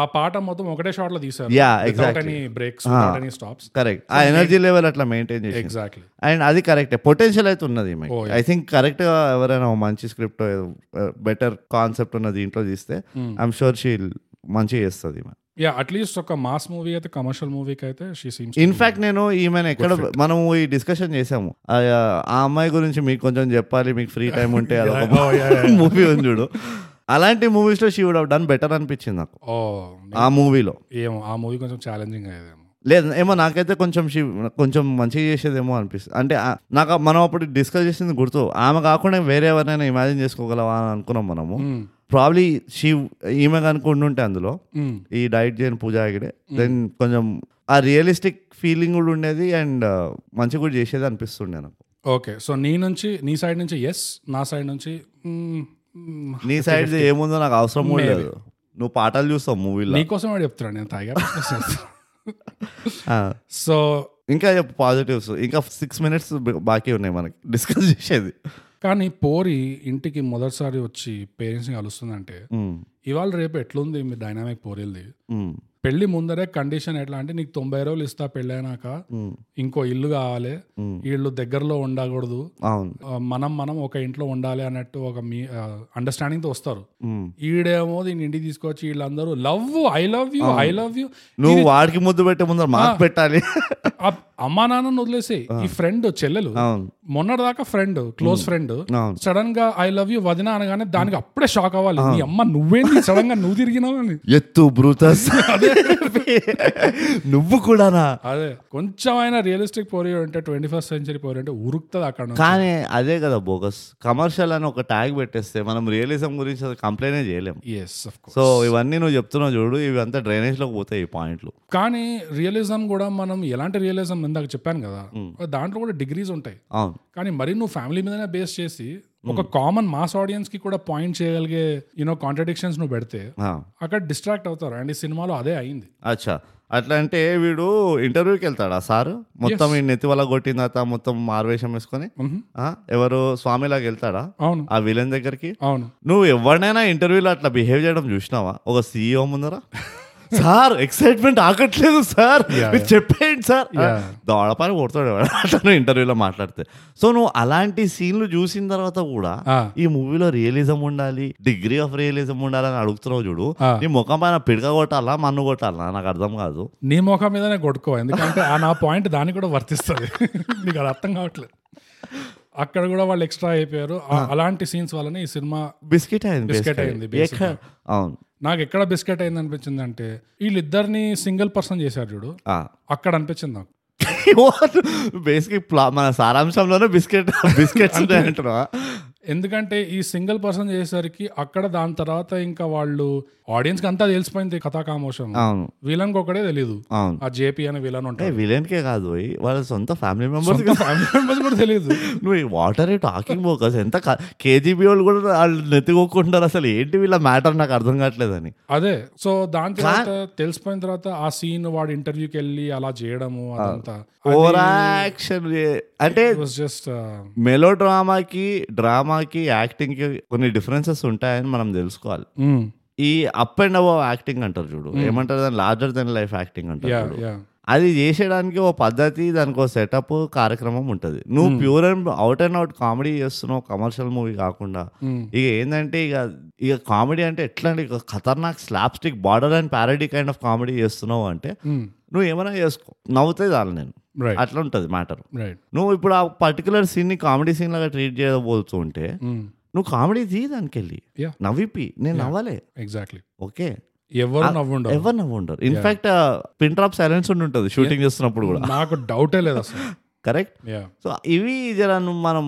Speaker 2: ఆ పాట మొత్తం ఒకటే షాట్ లో తీసారు
Speaker 1: Yeah,
Speaker 2: without
Speaker 1: exactly. Ah.
Speaker 2: Any breaks without any stops
Speaker 1: correct ఆ ఎనర్జీ లెవెల్ అట్లా మెయింటైన్ చేసి
Speaker 2: ఎగ్జాక్ట్లీ
Speaker 1: అండ్ అది కరెక్టే పొటెన్షియల్ అయితే ఉన్నది
Speaker 2: Oh,
Speaker 1: ఐ థింక్ కరెక్ట్ గా ఎవరైనా ఓ మంచి స్క్రిప్ట్ బెటర్ కాన్సెప్ట్ ఉన్న దీంట్లో తీస్తే ఐఎమ్ షూర్ షీ మంచిగా చేస్తుంది ఈమె
Speaker 2: యా అట్లీస్ట్ ఒక మాస్ మూవీ అయితే కమర్షియల్ మూవీకి అయితే షీ సీమ్స్
Speaker 1: ఇన్ఫాక్ట్ నేను ఈమెను ఎక్కడ మనం ఈ డిస్కషన్ చేసాము ఆ ఆ అమ్మాయి గురించి మీకు కొంచెం చెప్పాలి మీకు ఫ్రీ టైం ఉంటే అదొక మూవీ ఉంది చూడు అలాంటి మూవీస్ లో షీ వుడ్ డన్ బెటర్ అనిపించింది నాకు
Speaker 2: ఓ
Speaker 1: ఆ మూవీలో
Speaker 2: ఏమో ఆ మూవీ కొంచెం ఛాలెంజింగ్ అయ్యేదేమో
Speaker 1: లేదు ఏమో నాకైతే కొంచెం she- కొంచెం మంచిగా చేసేదేమో అనిపిస్తుంది అంటే ఆ- నాకు ఆ- మనం అప్పుడు డిస్కస్ చేసింది గుర్తు ఆమె కాకుండా వేరే ఎవరినైనా ఇమాజిన్ చేసుకోగలవా అని అనుకున్నాం మనము
Speaker 2: Hmm,
Speaker 1: ప్రాబ్లీ షీ ఈమె కనుకుంటుంటే ఉంటే అందులో
Speaker 2: hmm.
Speaker 1: ఈ డైట్ చేయని పూజ ఆగిడే దెన్ కొంచెం ఆ రియలిస్టిక్ ఫీలింగ్ కూడా ఉండేది అండ్ మంచి కూడా చేసేది అనిపిస్తుండే నాకు
Speaker 2: ఓకే సో నీ నుంచి నీ సైడ్ నుంచి ఎస్ నా సైడ్ నుంచి hmm, మ్మ్, మ్మ్.
Speaker 1: నీ సైడ్ ఏముందో నాకు అవసరం కూడా లేదు నువ్వు పాటలు చూస్తావు మూవీలో
Speaker 2: నీకోసం వాడు చెప్తున్నాను నేను తాగా సో
Speaker 1: ఇంకా చెప్పు పాజిటివ్స్ ఇంకా సిక్స్ మినిట్స్ బాకీ ఉన్నాయి మనకి డిస్కస్ చేసేది
Speaker 2: కానీ పోరి ఇంటికి మొదటిసారి వచ్చి పేరెంట్స్ని కలుస్తుందంటే
Speaker 1: ఉమ్,
Speaker 2: ఇవాళ రేపు ఎట్లుంది మీ డైనామిక్ పోరిల్ది
Speaker 1: ఉమ్,
Speaker 2: పెళ్లి ముందరే కండిషన్ ఎట్లా అంటే నీకు తొంభై రోజులు ఇస్తా పెళ్ళైనాక
Speaker 1: ఉమ్,
Speaker 2: ఇంకో ఇల్లు కావాలి
Speaker 1: ఉమ్.
Speaker 2: వీళ్ళు దగ్గరలో ఉండకూడదు
Speaker 1: అవును
Speaker 2: ఆ, మనం మనం ఒక ఇంట్లో ఉండాలి అన్నట్టు ఒక మీ అండర్స్టాండింగ్తో వస్తారు
Speaker 1: ఉమ్.
Speaker 2: ఈడేమో దీన్ని ఇంటికి తీసుకొచ్చి వీళ్ళందరూ love I love you I love you
Speaker 1: నువ్వు వాడికి ముద్దు పెట్టే ముందర మాకు పెట్టాలి
Speaker 2: అమ్మా నాన్నను వదిలేసే ఈ ఫ్రెండ్ చెల్లెలు
Speaker 1: అవును
Speaker 2: మొన్నటిదాకా ఫ్రెండ్ క్లోజ్ ఫ్రెండ్
Speaker 1: అవును
Speaker 2: సడన్ గా ఐ లవ్ యూ వదిన అనగానే దానికి అప్పుడే షాక్ అవ్వాలి నీ అమ్మ నువ్వేంటి సడన్ గా నువ్వు తిరిగినావు అని
Speaker 1: ఎత్తు బ్రూతస్ నువ్వు కూడానా
Speaker 2: అదే కొంచెమైనా రియలిస్టిక్ పోరీ అంటే ట్వంటీ ఫస్ట్ సెంచరీ పోరీ అంటే ఉరుకుతుంది అక్కడ నుంచి.
Speaker 1: కానీ అదే కదా బోగస్ కమర్షియల్ అని ఒక ట్యాగ్ పెట్టేస్తే మనం రియలిజం గురించి కంప్లైనే చేయలేం
Speaker 2: Yes, of course.
Speaker 1: సో ఇవన్నీ నువ్వు చెప్తున్నావు చూడు ఇవంతా డ్రైనేజ్లోకి పోతాయి ఈ పాయింట్లు
Speaker 2: కానీ రియలిజం కూడా మనం ఎలాంటి రియలిజం ఇందాక చెప్పాను కదా దాంట్లో కూడా డిగ్రీస్ ఉంటాయి
Speaker 1: అవును
Speaker 2: కానీ మరి నువ్వు ఫ్యామిలీ మీదనే బేస్ చేసి ఒక కామన్ మాస్ ఆడియన్స్ కి కూడా పాయింట్ చేయగలిగే యూనో కాంట్రడిక్షన్స్ నువ్వు పెడితే
Speaker 1: ఆ.
Speaker 2: అక్కడ డిస్ట్రాక్ట్ అవుతారు అండ్ ఈ సినిమాలో అదే అయింది
Speaker 1: అచ్చా అట్లా అంటే వీడు ఇంటర్వ్యూకి వెళ్తాడా సార్ మొత్తం ఈ నెత్తి వల్ల కొట్టిన తర్వాత మొత్తం మారువేషం వేసుకొని
Speaker 2: Mhm.
Speaker 1: ఆ, ఎవరు స్వామిలాగా వెళ్తాడా
Speaker 2: అవును
Speaker 1: ఆ విలన్ దగ్గరికి
Speaker 2: అవును
Speaker 1: నువ్వు ఎవరినైనా ఇంటర్వ్యూలో అట్లా బిహేవ్ చేయడం చూసినావా ఒక సీఈఓ ముందర సార్ ఎక్సైట్మెంట్ ఆగట్లేదు సార్ మీరు చెప్పేయండి సార్ దోడపారి కొడతాడు ఎవడు అట్లా నువ్వు ఇంటర్వ్యూలో మాట్లాడితే సో నువ్వు అలాంటి సీన్లు చూసిన తర్వాత కూడా
Speaker 2: ఆ.
Speaker 1: ఈ మూవీలో రియలిజం ఉండాలి డిగ్రీ ఆఫ్ రియలిజం ఉండాలని అడుగుతున్నావు చూడు
Speaker 2: ఆ.
Speaker 1: నీ ముఖం పైన పిడక కొట్టాలా మన్ను కొట్టాలా నాకు అర్థం కాదు
Speaker 2: నీ ముఖం మీదనే కొట్టుకో ఎందుకంటే ఆ నా పాయింట్ దానికి కూడా వర్తిస్తుంది నీకు అది అర్థం కావట్లేదు అక్కడ కూడా వాళ్ళు ఎక్స్ట్రా అయిపోయారు ఆ- అలాంటి సీన్స్ వల్లనే ఈ సినిమా
Speaker 1: బిస్కెట్ అయింది
Speaker 2: బిస్కెట్ అయింది basic గా.
Speaker 1: ఎక్కడ- అవును
Speaker 2: నాకు ఎక్కడ బిస్కెట్ అయింది అనిపించింది అంటే వీళ్ళిద్దరిని సింగిల్ పర్సన్ చేశారు చూడు
Speaker 1: ఆ.
Speaker 2: అక్కడ అనిపించింది నాకు
Speaker 1: బేసిక్ ప్లా మన సారాంశంలోనే బిస్కెట్ బిస్కెట్స్ ఉంటాయంటున్నావా
Speaker 2: ఎందుకంటే ఈ సింగిల్ పర్సన్ చేసేసరికి అక్కడ దాని తర్వాత ఇంకా వాళ్ళు ఆడియన్స్ అంతా తెలిసిపోయింది కథా కామోషం
Speaker 1: అవును
Speaker 2: వీళ్ళకి ఒకటే తెలియదు
Speaker 1: అవును
Speaker 2: ఆ జేపీ అనే విలన్ ఉంటాయి
Speaker 1: విలన్ కే కాదు ఓయ్, వాళ్ళ సొంత ఫ్యామిలీ మెంబర్స్
Speaker 2: ఫ్యామిలీ మెంబర్స్ కూడా తెలియదు
Speaker 1: నువ్వు ఈ వాటర్ టాకింగ్ బోకస్ ఎంత కేజీబీ వాళ్ళు కూడా వాళ్ళు నెత్తుకోకుంటారు అసలు ఏంటి వీళ్ళ మ్యాటర్ నాకు అర్థం కావట్లేదని
Speaker 2: అదే సో దాని తర్వాత తెలిసిపోయిన తర్వాత ఆ సీన్ వాడు ఇంటర్వ్యూకి వెళ్ళి అలా చేయడము అదంతా
Speaker 1: ఓవర్ యాక్షన్ అంటే
Speaker 2: జస్ట్
Speaker 1: మెలో డ్రామాకి డ్రామాకి యాక్టింగ్కి కొన్ని డిఫరెన్సెస్ ఉంటాయని మనం తెలుసుకోవాలి
Speaker 2: mm,
Speaker 1: ఈ అప్ అండ్ అబౌవ్ యాక్టింగ్ అంటారు చూడు ఏమంటారు దాని లార్జర్ దెన్ లైఫ్ యాక్టింగ్ అంటారు
Speaker 2: యా
Speaker 1: చూడు.
Speaker 2: యా
Speaker 1: అది చేసేయడానికి ఓ పద్ధతి దానికి ఓ సెటప్ కార్యక్రమం ఉంటుంది నువ్వు pure and out and out comedy చేస్తున్నావు కమర్షియల్ మూవీ కాకుండా
Speaker 2: mm,
Speaker 1: ఇక ఏంటంటే ఇక ఇక కామెడీ అంటే ఎట్లా అంటే ఇక ఖతర్నాక్ slapstick border and parody kind of comedy చేస్తున్నావు అంటే
Speaker 2: mm,
Speaker 1: నువ్వు ఏమైనా చేసుకో నవ్వుతే చాలు నేను
Speaker 2: రైట్
Speaker 1: అట్లా ఉంటుంది మ్యాటర్
Speaker 2: రైట్
Speaker 1: నువ్వు ఇప్పుడు ఆ పర్టికులర్ సీన్ని కామెడీ సీన్ లాగా ట్రీట్ చేయబోతూ ఉంటే
Speaker 2: mm,
Speaker 1: నువ్వు కామెడీ తీ దానికి వెళ్ళి
Speaker 2: Yeah.
Speaker 1: నవ్విపి నేను నవ్వలే
Speaker 2: ఎగ్జాక్ట్లీ
Speaker 1: ఓకే
Speaker 2: ఎవరు నవ్వుండవు
Speaker 1: ఎవరు నవ్వు ఉండరు ఇన్ఫాక్ట్ పిన్ డ్రాప్ సైలెన్స్ ఉండి ఉంటుంది షూటింగ్ చేస్తున్నప్పుడు కూడా
Speaker 2: నాకు డౌటే లేదు అసలు
Speaker 1: కరెక్ట్
Speaker 2: యా
Speaker 1: సో ఇవి జర నువ్వు మనం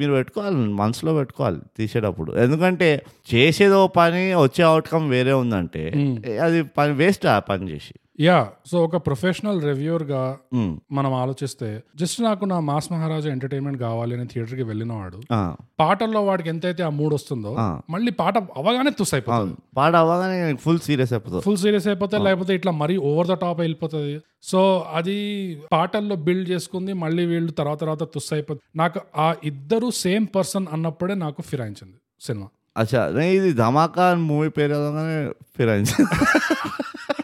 Speaker 1: మీరు పెట్టుకోవాలి మనసులో పెట్టుకోవాలి తీసేటప్పుడు ఎందుకంటే చేసేదో పని వచ్చే అవుట్కమ్ వేరే ఉందంటే ఏ, అది పని వేస్ట్ ఆ పని చేసి
Speaker 2: యా సో ఒక ప్రొఫెషనల్ రివ్యూర్ గా
Speaker 1: ఉమ్.
Speaker 2: మనం ఆలోచిస్తే జస్ట్ నాకు నా మాస్ మహారాజా ఎంటర్టైన్మెంట్ కావాలి అని థియేటర్ కి వెళ్ళిన వాడు
Speaker 1: ఆ,
Speaker 2: పాటల్లో వాడికి ఎంతైతే ఆ మూడ్ వస్తుందో
Speaker 1: ఆ.
Speaker 2: మళ్ళీ పాట అవగానే తుస్ అయిపోతుంది
Speaker 1: అవును పాట అవ్వగానే ఫుల్ సీరియస్ అయిపోతుంది
Speaker 2: ఫుల్ సీరియస్ అయిపోతే లేకపోతే ఇట్లా మరీ ఓవర్ ద టాప్ వెళ్ళిపోతుంది సో అది పాటల్లో బిల్డ్ చేసుకుంది మళ్ళీ వీళ్ళు తర్వాత తర్వాత తుస్ అయిపోతుంది నాకు ఆ ఇద్దరు సేమ్ పర్సన్ అన్నప్పుడే నాకు ఫిరాయించింది సినిమా
Speaker 1: అచ్చా నే ఇది ధమాకా మూవీ పేరు అవగానే ఫిరాయించింది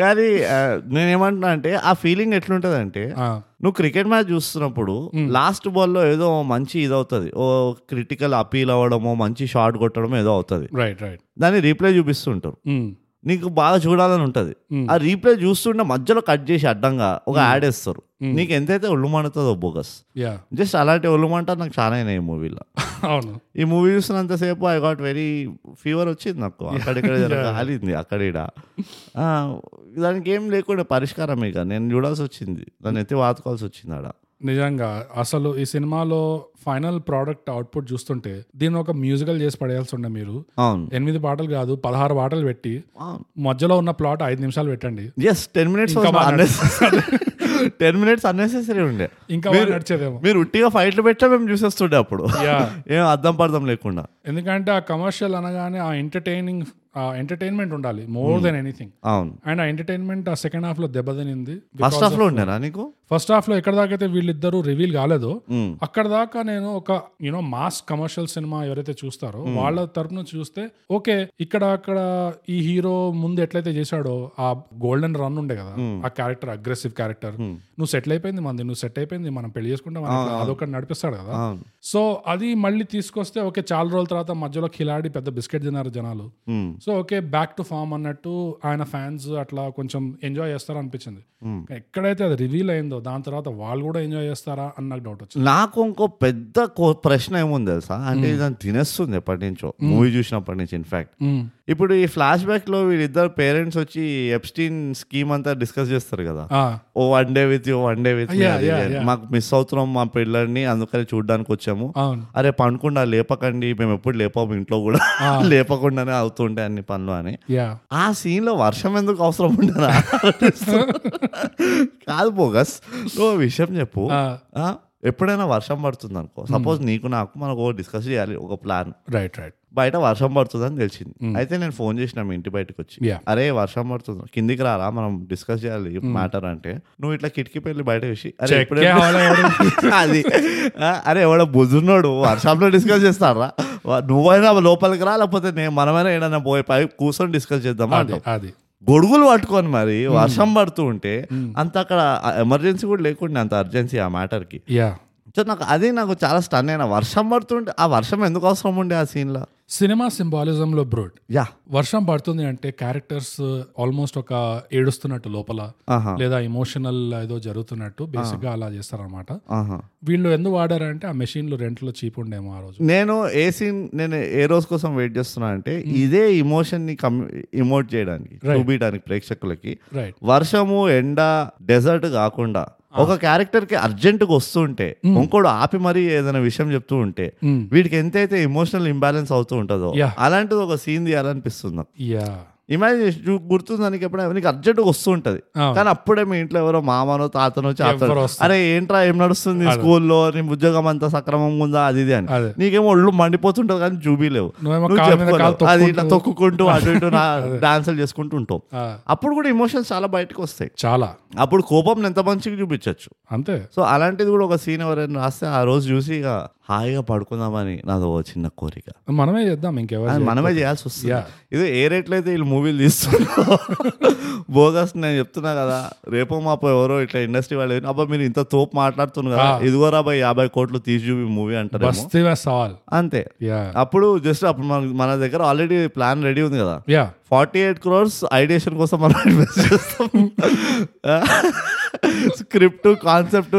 Speaker 1: కానీ ఆ, నేనేమంటున్నా అంటే ఆ ఫీలింగ్ ఎట్లుంటుందంటే
Speaker 2: ఆ,
Speaker 1: నువ్వు క్రికెట్ మ్యాచ్ చూస్తున్నప్పుడు లాస్ట్ బాల్లో ఏదో మంచి ఇది అవుతుంది ఓ క్రిటికల్ అపీల్ అవ్వడమో మంచి షాట్ కొట్టడమో ఏదో అవుతుంది
Speaker 2: రైట్ రైట్ Hmm.
Speaker 1: దాన్ని రీప్లే చూపిస్తుంటారు నీకు బాగా చూడాలని ఉంటుంది
Speaker 2: Mm.
Speaker 1: ఆ రీప్లే చూస్తుంటే మధ్యలో కట్ చేసి అడ్డంగా ఒక యాడ్ వేస్తారు నీకు ఎంతైతే ఒళ్ళు మండుతుందో బోగస్
Speaker 2: యా
Speaker 1: జస్ట్ అలాంటి ఒళ్ళు మంట నాకు చాలా అయినాయి ఈ మూవీలో
Speaker 2: అవును
Speaker 1: ఈ మూవీ చూస్తున్నంతసేపు ఐ గాట్ వెరీ ఫీవర్ వచ్చింది నాకు అక్కడిక్కడ జర కాలింది అక్కడ ఈడ. ఆ, దానికి ఏం లేకుండా పరిష్కారం ఇక నేను చూడాల్సి వచ్చింది దాన్ని ఎత్తి వాతుకోవాల్సి వచ్చింది ఆడ
Speaker 2: నిజంగా అసలు ఈ సినిమాలో ఫైనల్ ప్రోడక్ట్ అవుట్పుట్ చూస్తుంటే దీన్ని ఒక మ్యూజికల్ చేసి పడేయాల్సి ఉండే మీరు
Speaker 1: అవును
Speaker 2: ఎనిమిది పాటలు కాదు పదహారు పాటలు పెట్టి
Speaker 1: అవును
Speaker 2: మధ్యలో ఉన్న ప్లాట్ ఐదు నిమిషాలు పెట్టండి
Speaker 1: ఎస్ టెన్ మినిట్స్
Speaker 2: ఇంకా బాగా
Speaker 1: టెన్ మినిట్స్ అన్నెసెసరీ ఉండే
Speaker 2: ఇంకా బాగా నడిచేదేమో
Speaker 1: మీరు ఉట్టిగా ఫైట్లు పెట్టా మేము చూసేస్తుండే అప్పుడు
Speaker 2: యా
Speaker 1: ఏం అర్థం పర్థం లేకుండా
Speaker 2: ఎందుకంటే ఆ కమర్షియల్ అనగానే ఆ ఎంటర్టైనింగ్ ఆ ఎంటర్టైన్మెంట్ ఉండాలి మోర్ దెన్ ఎనీథింగ్
Speaker 1: అవును
Speaker 2: అండ్ ఆ ఎంటర్టైన్మెంట్ ఆ సెకండ్ హాఫ్ లో దెబ్బతినింది
Speaker 1: ఫస్ట్ హాఫ్ లో ఉండేనా నీకు
Speaker 2: ఫస్ట్ హాఫ్ లో ఎక్కడ దాకైతే వీళ్ళిద్దరూ రివీల్ కాలేదు
Speaker 1: మ్మ్.
Speaker 2: అక్కడ దాకా నేను ఒక యూనో మాస్ కమర్షియల్ సినిమా ఎవరైతే చూస్తారో వాళ్ళ తరపున చూస్తే ఓకే ఇక్కడ అక్కడ ఈ హీరో ముందు ఎట్లయితే చేశాడో ఆ గోల్డెన్ రన్ ఉండే కదా ఆ క్యారెక్టర్ అగ్రెసివ్ క్యారెక్టర్ నువ్వు సెటిల్ అయిపోయింది మంది నువ్వు సెట్ అయిపోయింది మనం పెళ్లి చేసుకుంటాం అని ఇట్లా అదొకటి నడిపిస్తాడు కదా
Speaker 1: అవును
Speaker 2: సో అది మళ్ళీ తీసుకొస్తే ఓకే చాలా రోజుల తర్వాత మధ్యలో ఖిలాడి పెద్ద బిస్కెట్ తిన్నారు జనాలు
Speaker 1: మ్మ్.
Speaker 2: So okay back to form అన్నట్టు ఆయన ఫ్యాన్స్ అట్లా కొంచెం ఎంజాయ్ చేస్తారా అనిపించింది ఎక్కడైతే అది రివీల్ అయిందో దాని తర్వాత వాళ్ళు కూడా ఎంజాయ్ చేస్తారా అని నాకు డౌట్ వచ్చింది
Speaker 1: నాకు ఇంకో పెద్ద కో- ప్రశ్న ఏముంది తెలుసా అంటే దాన్ని తినేస్తుంది ఎప్పటి నుంచో మూవీ చూసినప్పటి నుంచి ఇన్ఫాక్ట్ ఇప్పుడు ఈ ఫ్లాష్ బ్యాక్ లో వీళ్ళిద్దరు పేరెంట్స్ వచ్చి ఎప్స్టీన్ స్కీమ్ అంతా డిస్కస్ చేస్తారు కదా
Speaker 2: ఆ,
Speaker 1: ఓ one day with you one day with
Speaker 2: Ah. Yeah, yeah, yeah. Ah.
Speaker 1: మాకు మిస్ అవుతున్నాం మా పిల్లల్ని అందుకని చూడడానికి వచ్చాము
Speaker 2: అవును
Speaker 1: అరే పండుకుండా లేపకండి మేము ఎప్పుడు లేపాము ఇంట్లో కూడా
Speaker 2: ఆ.
Speaker 1: లేపకుండానే అవుతుంటే అన్ని పనులు అని
Speaker 2: యా
Speaker 1: ఆ సీన్ లో వర్షం ఎందుకు అవసరం ఉండదా కాదు బోగస్ నువ్వు ఓ విషయం చెప్పు ఆ, ఎప్పుడైనా వర్షం పడుతుంది అనుకో సపోజ్ నీకు నాకు మనకు ఓ డిస్కస్ చేయాలి ఒక ప్లాన్
Speaker 2: రైట్ రైట్
Speaker 1: బయట వర్షం పడుతుందని తెలిసింది అయితే నేను ఫోన్ చేసిన మీ ఇంటి బయటకు వచ్చి
Speaker 2: Yeah.
Speaker 1: అరే వర్షం పడుతుంది కిందికి రారా మనం డిస్కస్ చేయాలి మ్యాటర్ అంటే నువ్వు ఇట్లా కిటికీ పెళ్లి బయట వేసి అరే ఇప్పుడే అది ఆ, అరే ఎవడో బుజున్నాడు వర్షంలో డిస్కస్ చేస్తారా వా- నువ్వైనా లోపలికి రా లేకపోతే నేను మనమైనా ఏడైనా పోయి పై కూర్చొని డిస్కస్ చేద్దాం అంటాం
Speaker 2: అది
Speaker 1: గొడుగులు పట్టుకొని మరి వర్షం పడుతూ ఉంటే అంత అక్కడ ఎమర్జెన్సీ కూడా లేకుండా అంత అర్జెన్సీ ఆ మ్యాటర్కి
Speaker 2: యా
Speaker 1: సో నాకు అదే నాకు చాలా స్టన్ అయిన వర్షం పడుతుంటే ఆ వర్షం ఎందుకు అవసరం ఉండే ఆ సీన్లో
Speaker 2: సినిమా సింబాలిజం లో బ్రోడ్
Speaker 1: యా
Speaker 2: వర్షం పడుతుంది అంటే క్యారెక్టర్స్ ఆల్మోస్ట్ ఒక ఏడుస్తున్నట్టు లోపల
Speaker 1: ఆహా.
Speaker 2: లేదా ఇమోషనల్ ఏదో జరుగుతున్నట్టు బేసిక్ గా అలా చేస్తారనమాట
Speaker 1: ఆహా
Speaker 2: వీళ్ళు ఎందుకు వాడారంటే ఆ మెషిన్లు రెంట్లో చీప్ ఉండేమో ఆ రోజు
Speaker 1: నేను ఏ సీన్ నేను ఏ రోజు కోసం వెయిట్ చేస్తున్నా అంటే ఇదే ఇమోషన్ ని ఇమోట్ చేయడానికి చూపించడానికి ప్రేక్షకులకి
Speaker 2: రైట్
Speaker 1: వర్షము ఎండ డెజర్ట్ కాకుండా ఒక క్యారెక్టర్ కి అర్జెంట్ గా వస్తుంటే ఇంకోడు ఆపి మరీ ఏదైనా విషయం చెప్తూ ఉంటే
Speaker 2: Mm.
Speaker 1: వీడికి ఎంతైతే ఇమోషనల్ ఇంబ్యాలెన్స్ అవుతూ ఉంటుందో
Speaker 2: Yeah.
Speaker 1: అలాంటిది ఒక సీన్ తీయాలనిపిస్తుంది నాకు
Speaker 2: యా
Speaker 1: ఇమాజిన్ గుర్తుందానికి ఎప్పుడైనా నీకు అర్జెంట్ గా వస్తుంటది
Speaker 2: అవును.
Speaker 1: కానీ అప్పుడే మీ ఇంట్లో ఎవరో మామనో తాతనో చేస్తాడు
Speaker 2: ఎవరో వస్తారు.
Speaker 1: అరే ఏంట్రా ఏం నడుస్తుంది స్కూల్లో నీ ఉద్యోగం అంతా సక్రమంగా ఉందా అది ఇది అని
Speaker 2: అదే.
Speaker 1: నీకేమో ఒళ్ళు మండిపోతుంటది కానీ చూపిలేవు
Speaker 2: నువ్వేమో
Speaker 1: నువ్వు
Speaker 2: కాళ్ళ మీద
Speaker 1: చెప్పుకోలేవు.
Speaker 2: కాలు
Speaker 1: అది
Speaker 2: తొక్కుంటూ-
Speaker 1: ఇట్లా తొక్కుకుంటూ అటు ఇటు డాన్సులు చేసుకుంటూ ఉంటావు
Speaker 2: ఆ,
Speaker 1: అప్పుడు కూడా ఇమోషన్స్ చాలా బయటకు వస్తాయి
Speaker 2: చాలా
Speaker 1: అప్పుడు కోపం ఎంత మంచిగా చూపించవచ్చు
Speaker 2: అంతే
Speaker 1: సో అలాంటిది కూడా ఒక సీన్ ఎవరైనా రాస్తే ఆ రోజు చూసి ఇక హాయిగా పడుకుందామని నాదో ఓ చిన్న కోరిక
Speaker 2: మనమే చేద్దాం ఇంకెవరు
Speaker 1: అది
Speaker 2: చేయరు.
Speaker 1: మనమే చేయాల్సి వస్తుంది
Speaker 2: Yeah.
Speaker 1: ఇది ఏ రేట్లో అయితే వీళ్ళు మూవీలు తీస్తున్నారు బోగస్ నేను చెప్తున్నా కదా రేపో మాపో ఎవరో ఇట్లా ఇండస్ట్రీ వాళ్ళు అబ్బా మీరు ఇంత తోపు మాట్లాడుతున్నారు కదా ఇదిగో రాబాయ్ యాభై కోట్లు తీసి చూపి మూవీ అంటారు
Speaker 2: బస్తీ సవాల్
Speaker 1: అంతే
Speaker 2: యా
Speaker 1: అప్పుడు జస్ట్ అప్పుడు మన మన దగ్గర ఆల్రెడీ ప్లాన్ రెడీ ఉంది కదా
Speaker 2: yeah
Speaker 1: forty eight crores ideation కోసం మనం ఇన్వెస్ట్ చేస్తాం స్క్రిప్ట్ కాన్సెప్ట్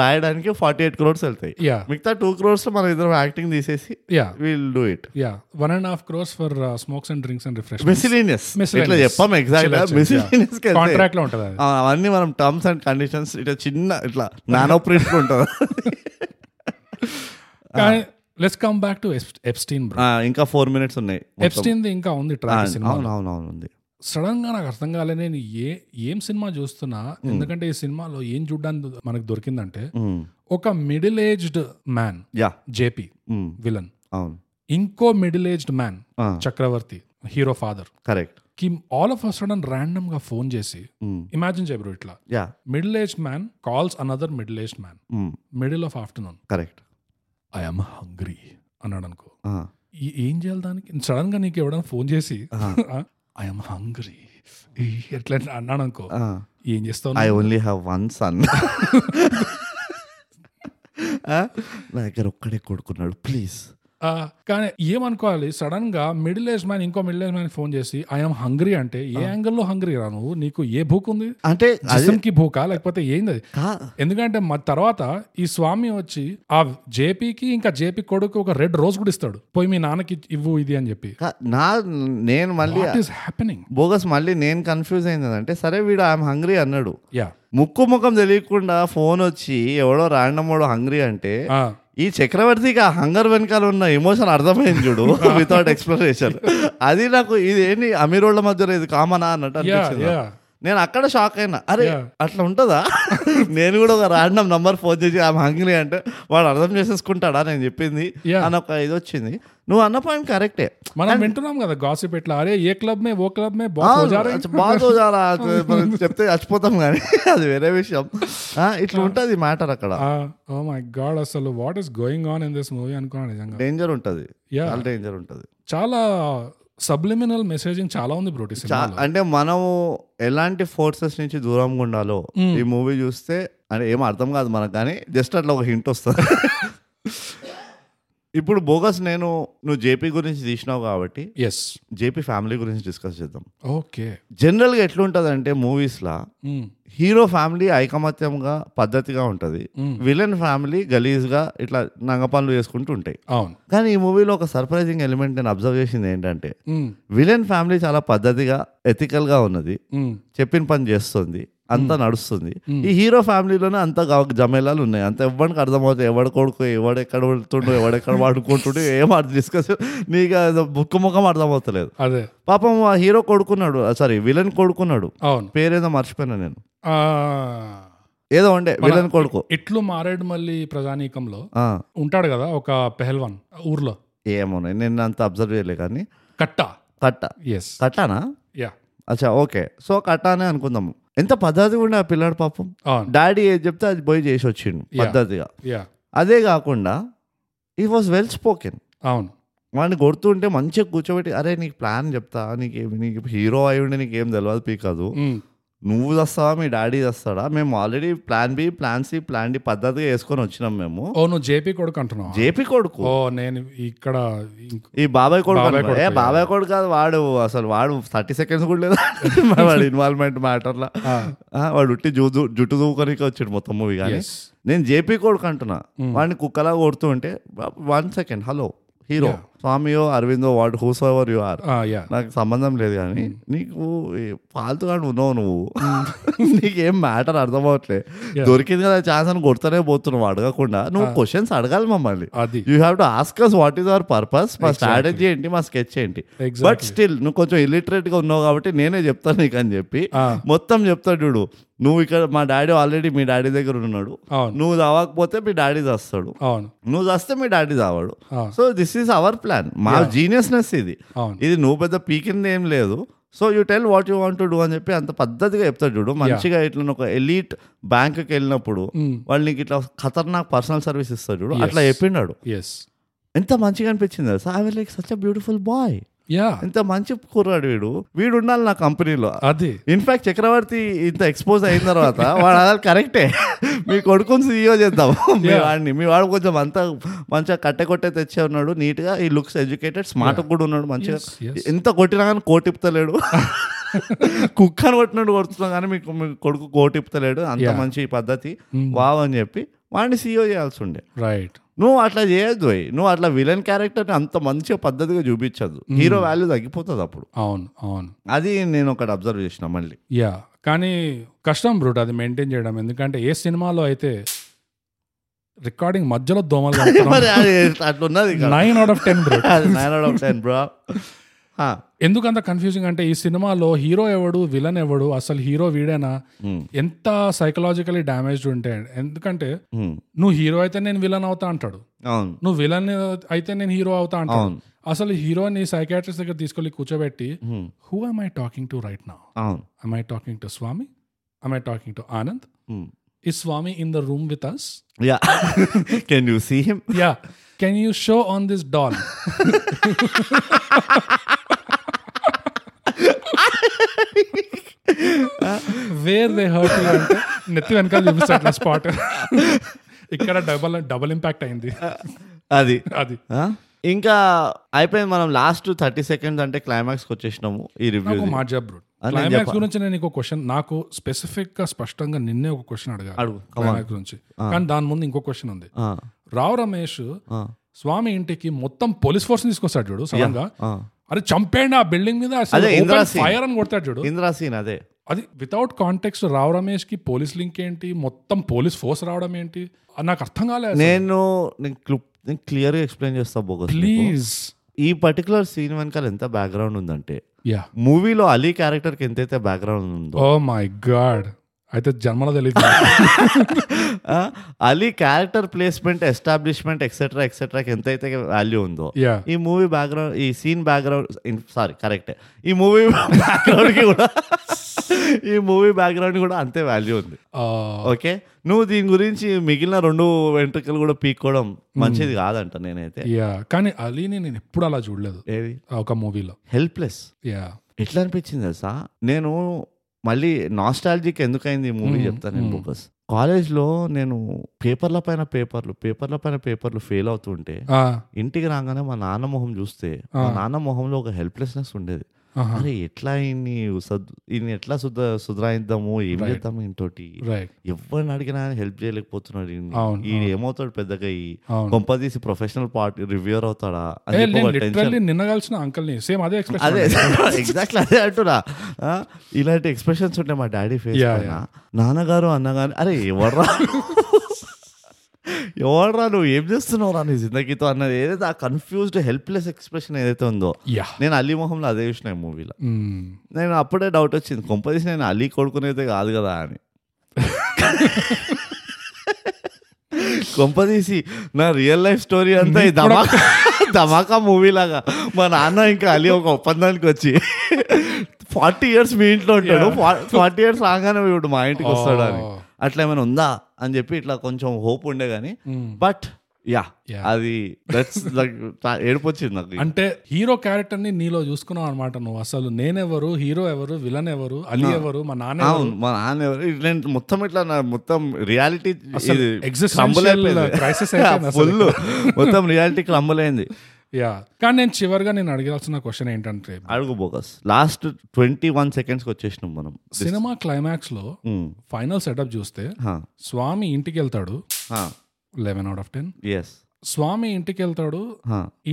Speaker 1: రాయడానికి ఫార్టీ ఎయిట్ క్రోర్స్ వెళ్తాయి
Speaker 2: యా
Speaker 1: మిగతా టూ క్రోర్స్ మనం ఇద్దరం యాక్టింగ్ తీసేసి
Speaker 2: yeah
Speaker 1: will do it
Speaker 2: yeah one and half crores for smokes and drinks and refresh
Speaker 1: miscellaneous
Speaker 2: Miscellaneous.
Speaker 1: ఇట్లా చెప్పాం exact
Speaker 2: Chill, chill,
Speaker 1: miscellaneous
Speaker 2: contract లో ఉంటది అది
Speaker 1: అవన్నీ మనం టర్మ్స్ అండ్ కండిషన్స్ ఇట్లా చిన్న ఇట్లా నానో ప్రింట్ ఉంటుంది
Speaker 2: కానీ let's come back to Epstein bro
Speaker 1: ఆ, ఇంకా ఫోర్ మినిట్స్ ఉన్నాయి
Speaker 2: ఎప్స్టీన్ ది ఇంకా ఉంది ట్రాక్ సినిమా
Speaker 1: అవును అవును అవును ఉంది
Speaker 2: సడన్ గా నాకు అర్థం కాలే నేను ఏ ఏం సినిమా చూస్తున్నా ఎందుకంటే ఈ సినిమాలో ఏం చూడడానికి మనకు దొరికిందంటే
Speaker 1: Hmm.
Speaker 2: ఒక middle aged man
Speaker 1: yeah
Speaker 2: JP villain
Speaker 1: hmm, అవును Ah,
Speaker 2: ఇంకో మిడిల్ ఏజ్డ్ మ్యాన్
Speaker 1: ఆ.
Speaker 2: చక్రవర్తి హీరో ఫాదర్
Speaker 1: కరెక్ట్
Speaker 2: కి all of a sudden random గా ఫోన్ చేసి ఇమాజిన్ చేయబరు ఇట్లా
Speaker 1: yeah
Speaker 2: middle age man calls another middle age man
Speaker 1: hmm,
Speaker 2: middle of afternoon
Speaker 1: correct
Speaker 2: I'm hungry అన్నాడు అనుకో
Speaker 1: Ah,
Speaker 2: ఈ- ఏం చేయాలి దానికి సడన్ గా నీకు ఎవడైనా ఫోన్ చేసి ఐఎమ్ హంగ్రీ ఎట్లా అన్నాడు అనుకో
Speaker 1: ah.
Speaker 2: ఏం చేస్తావు
Speaker 1: I only have one son నా దగ్గర ఒక్కడే కొడుకున్నాడు ప్లీజ్
Speaker 2: ఆ, కానీ ఏమనుకోవాలి సడన్ గా మిడిల్ ఏజ్ మ్యాన్ ఇంకో మిడిల్ ఏజ్ మ్యాన్ ఫోన్ చేసి ఐఎమ్ హంగ్రీ అంటే ఏ యాంగిల్లో హంగ్రీ రా నువ్వు నీకు ఏ భూక్ ఉంది
Speaker 1: అంటే అది
Speaker 2: జిసంకి భూకా లేకపోతే ఏంది అది
Speaker 1: కా-
Speaker 2: ఎందుకంటే మా తర్వాత ఈ స్వామి వచ్చి ఆ జేపీకి ఇంకా జేపీ కొడుకు ఒక రెడ్ రోజ్ కూడా ఇస్తాడు పోయి మీ నాన్నకి ఇవ్వు ఇది అని చెప్పి
Speaker 1: కా- నా నేను మళ్ళీ
Speaker 2: వాట్ ఈస్ హ్యాపెనింగ్
Speaker 1: బోగస్ మళ్ళీ నేను కన్ఫ్యూజ్ అయింది అంటే సరే వీడు ఐఎమ్ హంగ్రీ అన్నాడు
Speaker 2: యా
Speaker 1: ముక్కు ముఖం తెలియకుండా ఫోన్ వచ్చి ఎవడో రాండమోడో హంగ్రీ అంటే
Speaker 2: Ah.
Speaker 1: ఈ చక్రవర్తికి ఆ హంగర్ వెనకాల ఉన్న ఎమోషన్ అర్థమైంది చూడు వితౌట్ ఎక్స్ప్లెనేషన్ అది నాకు ఇది ఏంటి అమీరోళ్ళ మధ్యలో ఇది కామనా అన్నట్టు
Speaker 2: యా
Speaker 1: అనిపించింది
Speaker 2: యా
Speaker 1: నేను అక్కడ షాక్ అయినా అరే
Speaker 2: Yeah.
Speaker 1: అట్లా ఉంటుందా నేను కూడా ఒక ర్యాండమ్ నంబర్ ఫోన్ చేసి ఆమె హంగ్రీ అంటే వాడు అర్థం చేసేసుకుంటాడా నేను చెప్పింది
Speaker 2: Yeah.
Speaker 1: అని ఒక ఇది వచ్చింది నువ్వు అన్న పాయింట్ కరెక్టే
Speaker 2: మనం వింటున్నాం కదా గాసిప్ ఎట్లా అరే ఏ క్లబ్ మే ఓ క్లబ్ మే బాస్ హో
Speaker 1: అవును,
Speaker 2: జా రహే
Speaker 1: అచ్చ- బాగా చాలా మనం చెప్తే చచ్చిపోతాం కానీ అది వేరే విషయం ఆ, ఇట్లా ఉంటుంది మ్యాటర్ అక్కడ
Speaker 2: ఓ మై గాడ్ Oh అసలు what is going on in this movie అనుకున్నాను నిజంగా
Speaker 1: డేంజర్ ఉంటుంది
Speaker 2: Yeah.
Speaker 1: చాలా డేంజర్ ఉంటుంది
Speaker 2: చాలా సబ్లిమినల్ మెసేజింగ్ చాలా ఉంది బ్రోటి
Speaker 1: చా- అంటే మనము ఎలాంటి ఫోర్సెస్ నుంచి దూరంగా ఉండాలో ఈ మూవీ చూస్తే అంటే ఏం అర్థం కాదు మనకు కానీ జస్ట్ అట్లా ఒక హింట్ వస్తుంది ఇప్పుడు బోగస్ నేను నువ్వు జేపీ గురించి తీసినావు కాబట్టి
Speaker 2: ఎస్
Speaker 1: జేపీ ఫ్యామిలీ గురించి డిస్కస్ చేద్దాం
Speaker 2: ఓకే
Speaker 1: జనరల్గా ఎట్లుంటుందంటే మూవీస్లా
Speaker 2: Hmm.
Speaker 1: హీరో ఫ్యామిలీ ఐకమత్యంగా పద్ధతిగా ఉంటుంది విలన్ ఫ్యామిలీ గలీజ్గా ఇట్లా నంగ పనులు చేసుకుంటూ ఉంటాయి
Speaker 2: అవును
Speaker 1: కానీ ఈ మూవీలో ఒక సర్ప్రైజింగ్ ఎలిమెంట్ నేను అబ్జర్వ్ చేసింది ఏంటంటే
Speaker 2: Mm,
Speaker 1: విలన్ ఫ్యామిలీ చాలా పద్ధతిగా ఎథికల్గా ఉన్నది
Speaker 2: mm,
Speaker 1: చెప్పిన పని చేస్తుంది అంతా నడుస్తుంది ఈ హీరో ఫ్యామిలీలోనే అంత గవ- జమేలాలు ఉన్నాయి అంత ఎవరికి అర్థమవుతాయి ఎవడ కొడుకు ఎవడెక్కడ వెళ్తుండో ఎవడెక్కడ వాడుకుంటుండో ఏం అర్థం డిస్కస్ నీకు అది ముక్కు ముఖం అర్థమవుతలేదు
Speaker 2: అదే
Speaker 1: పాపం ఆ హీరో కొడుకున్నాడు సారీ విలన్ కొడుకున్నాడు
Speaker 2: అవును Ah.
Speaker 1: పేరేదో మర్చిపోయినా నేను
Speaker 2: ఆ,
Speaker 1: ఏదో ఉండే విలన్ కొడుకు
Speaker 2: ఇట్లు మారేడు మళ్ళీ ప్రజానీకంలో
Speaker 1: ఆ,
Speaker 2: ఉంటాడు కదా ఒక పెహల్వాన్ ఊర్లో
Speaker 1: ఏమో నేను అంత అబ్జర్వ్ చేయలే కానీ
Speaker 2: కట్ట
Speaker 1: కట్ట
Speaker 2: ఎస్
Speaker 1: కట్టానా
Speaker 2: యా
Speaker 1: అచ్చా ఓకే సో కట్టానే అనుకుందాము ఎంత పద్ధతిగా ఉండే ఆ పిల్లాడు పాపం
Speaker 2: అవును
Speaker 1: డాడీ ఏది చెప్తే అది పోయి చేసి వచ్చిండు పద్ధతిగా
Speaker 2: యా
Speaker 1: అదే కాకుండా ఈ వాజ్ వెల్ స్పోకెన్
Speaker 2: అవును
Speaker 1: వాడిని కొడుతుంటే మంచిగా కూర్చోబెట్టి అరే నీకు ప్లాన్ చెప్తా నీకేమి నీకు హీరో అయి ఉండి నీకేం తెలియదు పీకదు
Speaker 2: Mm,
Speaker 1: నువ్వు తెస్తావా మీ డాడీ తెస్తాడా మేము already plan B plan C plan D పద్ధతిగా వేసుకొని వచ్చినాం మేము
Speaker 2: ఓ నువ్వు జేపీ కొడుకు అంటున్నావు
Speaker 1: జేపీ కొడుకు
Speaker 2: ఓ నేను ఇక్కడ ఇంక-
Speaker 1: ఈ బాబాయ్ కొడుకు
Speaker 2: బాబాయ్
Speaker 1: అనుకో. ఏ
Speaker 2: కొడుకు,
Speaker 1: బాబాయ్ కొడుకు కాదు వాడు అసలు వాడు థర్టీ సెకండ్స్ కూడా లేదా వాడు ఇన్వాల్వ్మెంట్ మ్యాటర్లో
Speaker 2: ఆ,
Speaker 1: వాడు ఉట్టి జుట్టు జుట్టు దూకనికి వచ్చాడు మొత్తం మూవీ కానీ
Speaker 2: yes.
Speaker 1: నేను జేపీ కొడుకు అంటున్నా వాడిని కుక్కలా కొడుతూ ఉంటే వన్ సెకండ్ హలో హీరో స్వామియో అరవిందో వాడు హూస్ ఎవర్ యు ఆర్
Speaker 2: ఆ, yeah.
Speaker 1: నాకు సంబంధం లేదు కానీ నీకు ఫాల్తుగా ఉన్నావు నువ్వు నీకేం మ్యాటర్ అర్థం అవ్వట్లే దొరికింది కదా ఛాన్స్ అని కొడతానే పోతున్నావు అడగకుండా నువ్వు క్వశ్చన్స్ అడగాలి మమ్మల్ని
Speaker 2: అది
Speaker 1: you have to ask us what is our purpose మా స్ట్రాటజీ ఏంటి మా స్కెచ్ ఏంటి
Speaker 2: Exactly.
Speaker 1: బట్ స్టిల్ నువ్వు కొంచెం illiterate గా ఉన్నావు కాబట్టి నేనే చెప్తాను నీకు అని చెప్పి
Speaker 2: ఆ.
Speaker 1: మొత్తం చెప్తాడు చూడు నువ్వు ఇక్కడ మా డాడీ ఆల్రెడీ మీ డాడీ దగ్గర ఉన్నాడు
Speaker 2: అవును
Speaker 1: నువ్వు తావకపోతే మీ డాడీ తాస్తాడు
Speaker 2: అవును
Speaker 1: నువ్వు తాస్తే మీ డాడీ తావాడు
Speaker 2: ఆ.
Speaker 1: So this is our plan మా జీనియస్నెస్ ఇది
Speaker 2: అవును
Speaker 1: ఇది నువ్వు పెద్ద పీకింది ఏం లేదు so you tell what you want do అని చెప్పి అంత పద్ధతిగా చెప్తాడు చూడు మంచిగా ఇట్లా ఒక ఎలీట్ బ్యాంకుకి వెళ్ళినప్పుడు
Speaker 2: Mm.
Speaker 1: వాళ్ళు నీకు ఇట్లా ఖతర్నాక్ పర్సనల్ సర్వీస్ ఇస్తాడు చూడు అట్లా చెప్పిండాడు
Speaker 2: ఎస్
Speaker 1: ఎంత మంచిగా అనిపించింది తెలుసా I like such a beautiful boy
Speaker 2: yeah
Speaker 1: ఎంత మంచి కుర్రాడు వీడు వీడు ఉండాలి నా కంపెనీలో
Speaker 2: అది
Speaker 1: ఇన్ఫాక్ట్ చక్రవర్తి ఇంత ఎక్స్పోజ్ అయిన తర్వాత వాడు అలా కరెక్టే మీ కొడుకుని సీఈఓ చేద్దాం మీ వాడిని మీ వాడు కొంచెం అంతా మంచిగా కట్టె కొట్టే తెచ్చే ఉన్నాడు నీట్గా ఈ లుక్స్ ఎడ్యుకేటెడ్ స్మార్ట్ కూడా ఉన్నాడు మంచిగా
Speaker 2: Yes, yes.
Speaker 1: ఎంత కొట్టినా కానీ కోటిప్తలేడు కుక్కను కొట్టినట్టు కొడుతున్నాం కానీ మీకు మీ కొడుకు కోటిప్తలేడు అంత
Speaker 2: Yeah. Hmm.
Speaker 1: మంచి పద్ధతి వావ్ అని చెప్పి వాడిని సీఈఓ చేయాల్సి ఉండే
Speaker 2: రైట్
Speaker 1: నువ్వు అట్లా చేయొద్దు ఓయ్. నువ్వు అట్లా విలన్ క్యారెక్టర్ అంత మంచిగా పద్ధతిగా చూపించద్దు
Speaker 2: Hmm.
Speaker 1: హీరో వాల్యూ తగ్గిపోతుంది అప్పుడు
Speaker 2: అవును అవును
Speaker 1: అది నేను ఒకటి అబ్జర్వ్ చేసిన మళ్ళీ
Speaker 2: యా కానీ కష్టం బ్రూట్ అది మెయింటైన్ చేయడం ఎందుకంటే ఏ సినిమాలో అయితే రికార్డింగ్ మధ్యలో దోమలు కలుపుతున్నాం.
Speaker 1: మరి అది అట్లున్నది ఇక్కడ.
Speaker 2: Nine out of ten brute
Speaker 1: అది nine out of 10, bro. Ah. ఆ,
Speaker 2: ఎందుకంత కన్ఫ్యూజింగ్ అంటే ఈ సినిమాలో హీరో ఎవడు విలన్ ఎవడు అసలు హీరో వీడేనా
Speaker 1: Hmm.
Speaker 2: ఎంత సైకలాజికలీ డ్యామేజ్డ్ ఉంటాయి ఎందుకంటే
Speaker 1: ఉమ్,
Speaker 2: నువ్వు హీరో అయితే నేను విలన్ అవుతా అంటాడు
Speaker 1: అవును
Speaker 2: నువ్వు విలన్ అయితే నేను హీరో అవుతా అంటాడు
Speaker 1: అవును.
Speaker 2: అసలు హీరోని సైకాట్రిస్ట్ దగ్గర తీసుకెళ్ళి కూర్చోబెట్టి
Speaker 1: um,
Speaker 2: who I I talking to right నా
Speaker 1: అవును
Speaker 2: I talking to Swami I talking to Anand
Speaker 1: um.
Speaker 2: is Swami in the room with us?
Speaker 1: Yeah. Can you see him?
Speaker 2: Yeah. Can you show on this doll? Where they hurt అంటే నెత్తి వెనకాల చూపిస్తాడు spot ఇక్కడ double double impact అయింది
Speaker 1: అది
Speaker 2: అది
Speaker 1: ఆ? ఇంకా Ah. అయిపోయింది మనం లాస్ట్ థర్టీ సెకండ్స్ అంటే క్లైమాక్స్ వచ్చేసినాము ఈ రివ్యూ
Speaker 2: నాకు మాట చెప్పు
Speaker 1: అది నేను
Speaker 2: క్లైమాక్స్
Speaker 1: చెప్పా.
Speaker 2: గురించి నేను ఇంకో క్వశ్చన్ నాకు స్పెసిఫిక్ గా స్పష్టంగా నిన్నే ఒక క్వశ్చన్ అడగా
Speaker 1: అడుగు come on.
Speaker 2: క్లైమాక్స్ గురించి కానీ దాని ముందు ఇంకో క్వశ్చన్ ఉంది
Speaker 1: ఆ,
Speaker 2: రావు రమేష్
Speaker 1: ఆ,
Speaker 2: స్వామి ఇంటికి మొత్తం పోలీస్ ఫోర్స్ తీసుకొస్తాడు చూడు సడన్ గా
Speaker 1: ఆ.
Speaker 2: అరే చంపేయండి ఆ బిల్డింగ్ మీద
Speaker 1: అదే ఇందిరా scene.
Speaker 2: ఫైర్ అని కొడతాడు చూడు
Speaker 1: ఇందిరా సీన్ అదే
Speaker 2: అది వితౌట్ కాంటెక్స్ట్ రావు రమేష్ కి పోలీస్ లింక్ ఏంటి మొత్తం పోలీస్ ఫోర్స్ రావడం ఏంటి అది నాకు అర్థం కాలేదు
Speaker 1: నేను నేను క్లుప్ నేను క్లియర్గా ఎక్స్ప్లెయిన్ చేస్తా బోగస్
Speaker 2: ప్లీజ్
Speaker 1: ఈ పర్టికులర్ సీన్ వెనకాల ఎంత బ్యాక్గ్రౌండ్ ఉందంటే
Speaker 2: యా
Speaker 1: మూవీలో అలీ క్యారెక్టర్కి ఎంతైతే బ్యాక్గ్రౌండ్ ఉందో
Speaker 2: ఓ మై గాడ్ Oh అయితే జన్మలో తెలియదు
Speaker 1: ఆ, Ali character placement establishment etcetera ఎక్సెట్రాకి ఎంతైతే వాల్యూ ఉందో
Speaker 2: యా
Speaker 1: ఈ మూవీ బ్యాక్గ్రౌండ్ ఈ సీన్ బ్యాక్గ్రౌండ్ సారీ కరెక్ట్ ఈ మూవీ బ్యాక్గ్రౌండ్కి కూడా ఈ మూవీ బ్యాక్గ్రౌండ్ కూడా అంతే వాల్యూ ఉంది
Speaker 2: Uh,
Speaker 1: ఓకే నువ్వు దీని గురించి మిగిలిన రెండు వెంట్రుకలు కూడా పీక్కోవడం మంచిది కాదంట నేనైతే
Speaker 2: యా కానీ అలీని నేను ఎప్పుడు అలా చూడలేదు
Speaker 1: ఏది
Speaker 2: ఆ ఒక మూవీలో
Speaker 1: హెల్ప్లెస్
Speaker 2: యా
Speaker 1: ఎట్లా అనిపించింది తెలుసా నేను మళ్ళీ నాస్టాలజిక్ ఎందుకైంది ఈ మూవీ
Speaker 2: Hmm,
Speaker 1: చెప్తాను నేను
Speaker 2: hmm.
Speaker 1: ఫోకస్ కాలేజ్లో నేను పేపర్ల పైన పేపర్లు పేపర్ల పైన పేపర్లు ఫెయిల్ అవుతుంటే
Speaker 2: Ah,
Speaker 1: ఇంటికి రాగానే మా నాన్న మొహం చూస్తే మా నాన్న మొహంలో ఒక హెల్ప్లెస్నెస్ ఉండేది అరే ఎట్లా ఈయన్ని సద్ ఈయన ఎట్లా సుధ సుధరాయిద్దాము ఏం
Speaker 2: Right.
Speaker 1: చేద్దాము ఇంటోటి
Speaker 2: రైట్
Speaker 1: ఎవరిని అడిగినా హెల్ప్ చేయలేకపోతున్నాడు ఈయన్ని.
Speaker 2: అవును,
Speaker 1: ఈయన ఏమవుతాడు పెద్దగా ఈ
Speaker 2: అవును
Speaker 1: కొంపదీసి ప్రొఫెషనల్ పార్ట్ రివ్యూర్ అవుతాడా అని చెప్పి ఒక tension.
Speaker 2: లిటరల్లీ నిన్న కలిసిన అంకుల్ ని సేమ్ అదే
Speaker 1: అదే
Speaker 2: ఎక్స్ప్రెషన్
Speaker 1: ఎగ్జాక్ట్లీ అదే అంటున్నా ఆ, ఇలాంటి ఎక్స్ప్రెషన్స్ ఉంటాయి మా డాడీ ఫేస్
Speaker 2: Yeah,
Speaker 1: పైన నాన్నగారు అన్నగారు అరే ఎవర్రా ఎవర్రా నువ్వు ఏం చేస్తున్నావు రా నీ జిందగీతో అన్నది ఏదైతే ఆ కన్ఫ్యూజ్డ్ హెల్ప్లెస్ ఎక్స్ప్రెషన్ ఏదైతే ఉందో
Speaker 2: యా
Speaker 1: నేను అలీ మొహంలో అదే చూసిన ఈ మూవీలో
Speaker 2: Mm.
Speaker 1: నేను అప్పుడే డౌట్ వచ్చింది కొంపదీసి నేను అలీ కొడుకునేదే కాదు కదా అని కొంపదీసి నా రియల్ లైఫ్ స్టోరీ అంతా ఈ ధమాకా ధమాకా మూవీ లాగా మా నాన్న ఇంకా అలీ ఒక ఒప్పందానికి వచ్చి ఫార్టీ ఇయర్స్ మీ ఇంట్లో ఉంటాడు ఫార్టీ ఇయర్స్ రాగానే వీడు మా ఇంటికి వస్తాడు అని
Speaker 2: Oh.
Speaker 1: అట్లా ఏమైనా ఉందా అని చెప్పి ఇట్లా కొంచెం హోప్ ఉండే కానీ బట్ యా
Speaker 2: Hmm. Yeah.
Speaker 1: అది దట్స్ ఏడుపు వచ్చింది నాకు
Speaker 2: అంటే హీరో క్యారెక్టర్ ని నీలో చూసుకున్నావు అనమాట నువ్వు అసలు నేనెవరు హీరో ఎవరు విలన్ ఎవరు అలీ ఎవరు మా నాన్న
Speaker 1: అవును మా నాన్న ఎవరు ఇట్లా నేను మొత్తం ఇట్లా నా మొత్తం రియాలిటీ
Speaker 2: existential crisis అయిపోయింది అసలు
Speaker 1: ఫుల్ మొత్తం రియాలిటీ క్లంబుల్ అయింది
Speaker 2: యా కానీ నేను చివరిగా నేను అడగాల్సిన క్వశ్చన్ ఏంటంటే
Speaker 1: అడుగు bogus last twenty one seconds వచ్చినాం మనం
Speaker 2: సినిమా క్లైమాక్స్ లో ఫైనల్ సెటప్ చూస్తే స్వామి ఇంటికి వెళ్తాడు eleven out of ten
Speaker 1: yes
Speaker 2: Swami ఇంటికి వెళ్తాడు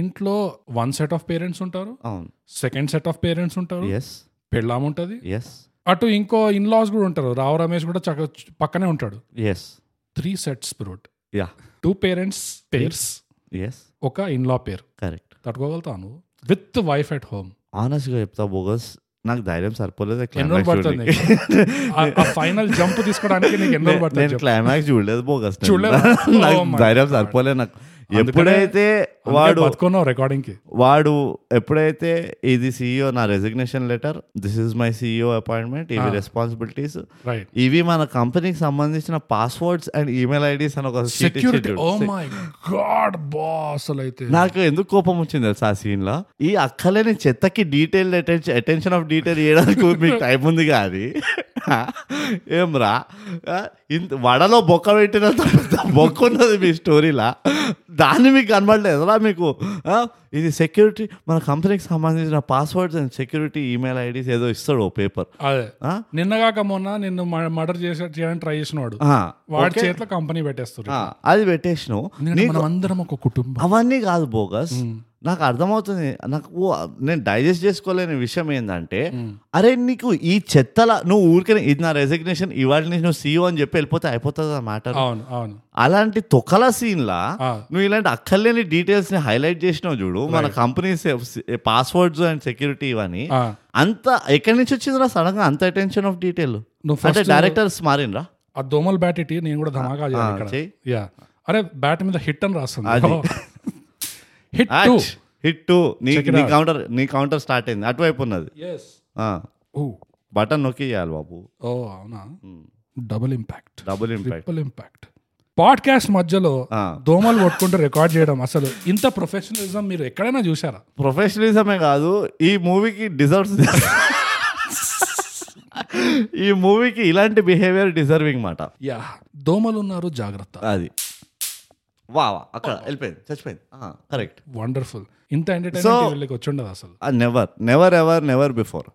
Speaker 2: ఇంట్లో వన్ సెట్ ఆఫ్ పేరెంట్స్ ఉంటారు
Speaker 1: అవును
Speaker 2: సెకండ్ సెట్ ఆఫ్ పేరెంట్స్ ఉంటారు
Speaker 1: ఎస్
Speaker 2: పెళ్ళాం ఉంటది
Speaker 1: ఎస్
Speaker 2: అటు ఇంకో ఇన్ లాస్ కూడా ఉంటారు రావు రమేష్ కూడా చక్క పక్కనే ఉంటాడు
Speaker 1: yes
Speaker 2: three sets brought
Speaker 1: yeah
Speaker 2: two parents pairs
Speaker 1: yes
Speaker 2: ఒక ఇన్ లా పేర్
Speaker 1: కరెక్ట్
Speaker 2: తట్టుకోగలుగుతాను విత్ వైఫ్ అట్ హోమ్
Speaker 1: ఆనెస్ట్గా చెప్తా బోగస్ నాకు ధైర్యం సరిపోలేదు
Speaker 2: ఎన్నో
Speaker 1: క్లైమాక్స్
Speaker 2: పడుతుంది
Speaker 1: చూడడానికి
Speaker 2: నీకు? ఆ- ఆ ఫైనల్ జంప్ తీసుకోవడానికి నీకు ఎన్నో
Speaker 1: నేను
Speaker 2: పడుతుంది చెప్పు.
Speaker 1: క్లైమాక్స్ చూడలేదు బోగస్ నేను.
Speaker 2: చూడలేదా?
Speaker 1: నాకు
Speaker 2: Oh my
Speaker 1: ధైర్యం
Speaker 2: God.
Speaker 1: సరిపోలేదు నాకు
Speaker 2: అందుకనే-
Speaker 1: ఎప్పుడైతే
Speaker 2: అందుకే
Speaker 1: వాడు
Speaker 2: బతుకున్నావు రికార్డింగ్ కి
Speaker 1: వాడు ఎప్పుడైతే ఇది సీఈఓ నా resignation letter this is my CEO appointment E ఇవి రెస్పాన్సిబిలిటీస్
Speaker 2: రైట్
Speaker 1: ఇవి మన కంపెనీకి సంబంధించిన పాస్వర్డ్స్ అండ్ ఈమెయిల్ ఐడీస్ అని ఒక sheet
Speaker 2: సెక్యూరిటీ
Speaker 1: ఇచ్చేటోడు.
Speaker 2: ఓ మై గాడ్ బాస్ అయితే
Speaker 1: నాకు ఎందుకు కోపం వచ్చింది తెలుసా ఆ సీన్ లో ఈ అక్కలేని చెత్తకి detail attention attention of detail చేయడానికి మీకు టైం ఉంది కాదు ఏం రా ఆ, ఇంత వడలో బొక్క పెట్టిన తర్వాత బొక్క ఉన్నది మీ స్టోరీలా దాన్ని మీకు కనబడలేదురా మీకు ఆ, ఇది సెక్యూరిటీ మన కంపెనీకి సంబంధించిన passwords and security email IDs ఏదో ఇస్తాడు ఓ పేపర్
Speaker 2: అదే నిన్నగాక మొన్న నిన్ను మర్డర్ చేసే చేయడానికి ట్రై చేసినవాడు వాడి చేతిలో కంపెనీ పెట్టేస్తారు
Speaker 1: అది పెట్టేసినావు
Speaker 2: మనం అందరం ఒక కుటుంబం
Speaker 1: అవన్నీ కాదు బోగస్ నాకు అర్థమవుతుంది నాకు ఓ- నేను డైజెస్ట్ చేసుకోలేని విషయం ఏంటంటే అరే నీకు ఈ చెత్తల నువ్వు ఊరికనే ఇది నా రెసిగ్నేషన్ ఇవాళ నుంచి నువ్వు సీఓ అని చెప్పి వెళ్ళిపోతే అయిపోతుంది ఆ మ్యాటర్
Speaker 2: అవును అవును
Speaker 1: అలాంటి తొక్కల సీన్లా
Speaker 2: ఆ.
Speaker 1: నువ్వు ఇలాంటి అక్కర్లేని డీటెయిల్స్ ని హైలైట్ చేసినావు చూడు మన కంపెనీ పాస్వర్డ్స్ అండ్ సెక్యూరిటీ ఇవన్నీ
Speaker 2: ఆ,
Speaker 1: అంత ఎక్కడి నుంచి వచ్చిందిరా సడన్ గా అంత అటెన్షన్ ఆఫ్ డీటెయిల్
Speaker 2: నువ్వు
Speaker 1: అంటే
Speaker 2: ఫస్ట్
Speaker 1: డైరెక్టర్స్ మారినరా
Speaker 2: ఆ దోమలు బ్యాట్ ఇట్టి నేను కూడా ధమాకా చేయాలి ఇక్కడ
Speaker 1: చెయ్.
Speaker 2: యా అరే బ్యాట్ మీద హిట్ అని
Speaker 1: అది.
Speaker 2: రాస్తుంది హిట్ టూ
Speaker 1: హిట్ టూ నీ
Speaker 2: Check it
Speaker 1: నీ
Speaker 2: out.
Speaker 1: కౌంటర్ నీ కౌంటర్ స్టార్ట్ అయింది అటువైపు ఉన్నది ఆ. బటన్ నొక్కి చేయాలి బాబు
Speaker 2: ఓ అవునా double impact
Speaker 1: double impact
Speaker 2: triple impact podcast మధ్యలో
Speaker 1: ఆ.
Speaker 2: దోమలు కొట్టుకుంటూ రికార్డ్ చేయడం అసలు ఇంత ప్రొఫెషనలిజం మీరు ఎక్కడైనా చూసారా
Speaker 1: ప్రొఫెషనలిజమే కాదు ఈ మూవీకి డిజర్వ్స్ ఈ మూవీకి ఇలాంటి బిహేవియర్ డిజర్వింగ్ మాట
Speaker 2: యా దోమలు ఉన్నారు జాగ్రత్త
Speaker 1: అది వా వా అక్కడ వెళ్ళిపోయింది చచ్చిపోయింది కరెక్ట్
Speaker 2: వండర్ఫుల్ ఇంత ఎంటర్టైన్మెంట్ వీళ్ళకి వచ్చుండదు అసలు
Speaker 1: never never ever never before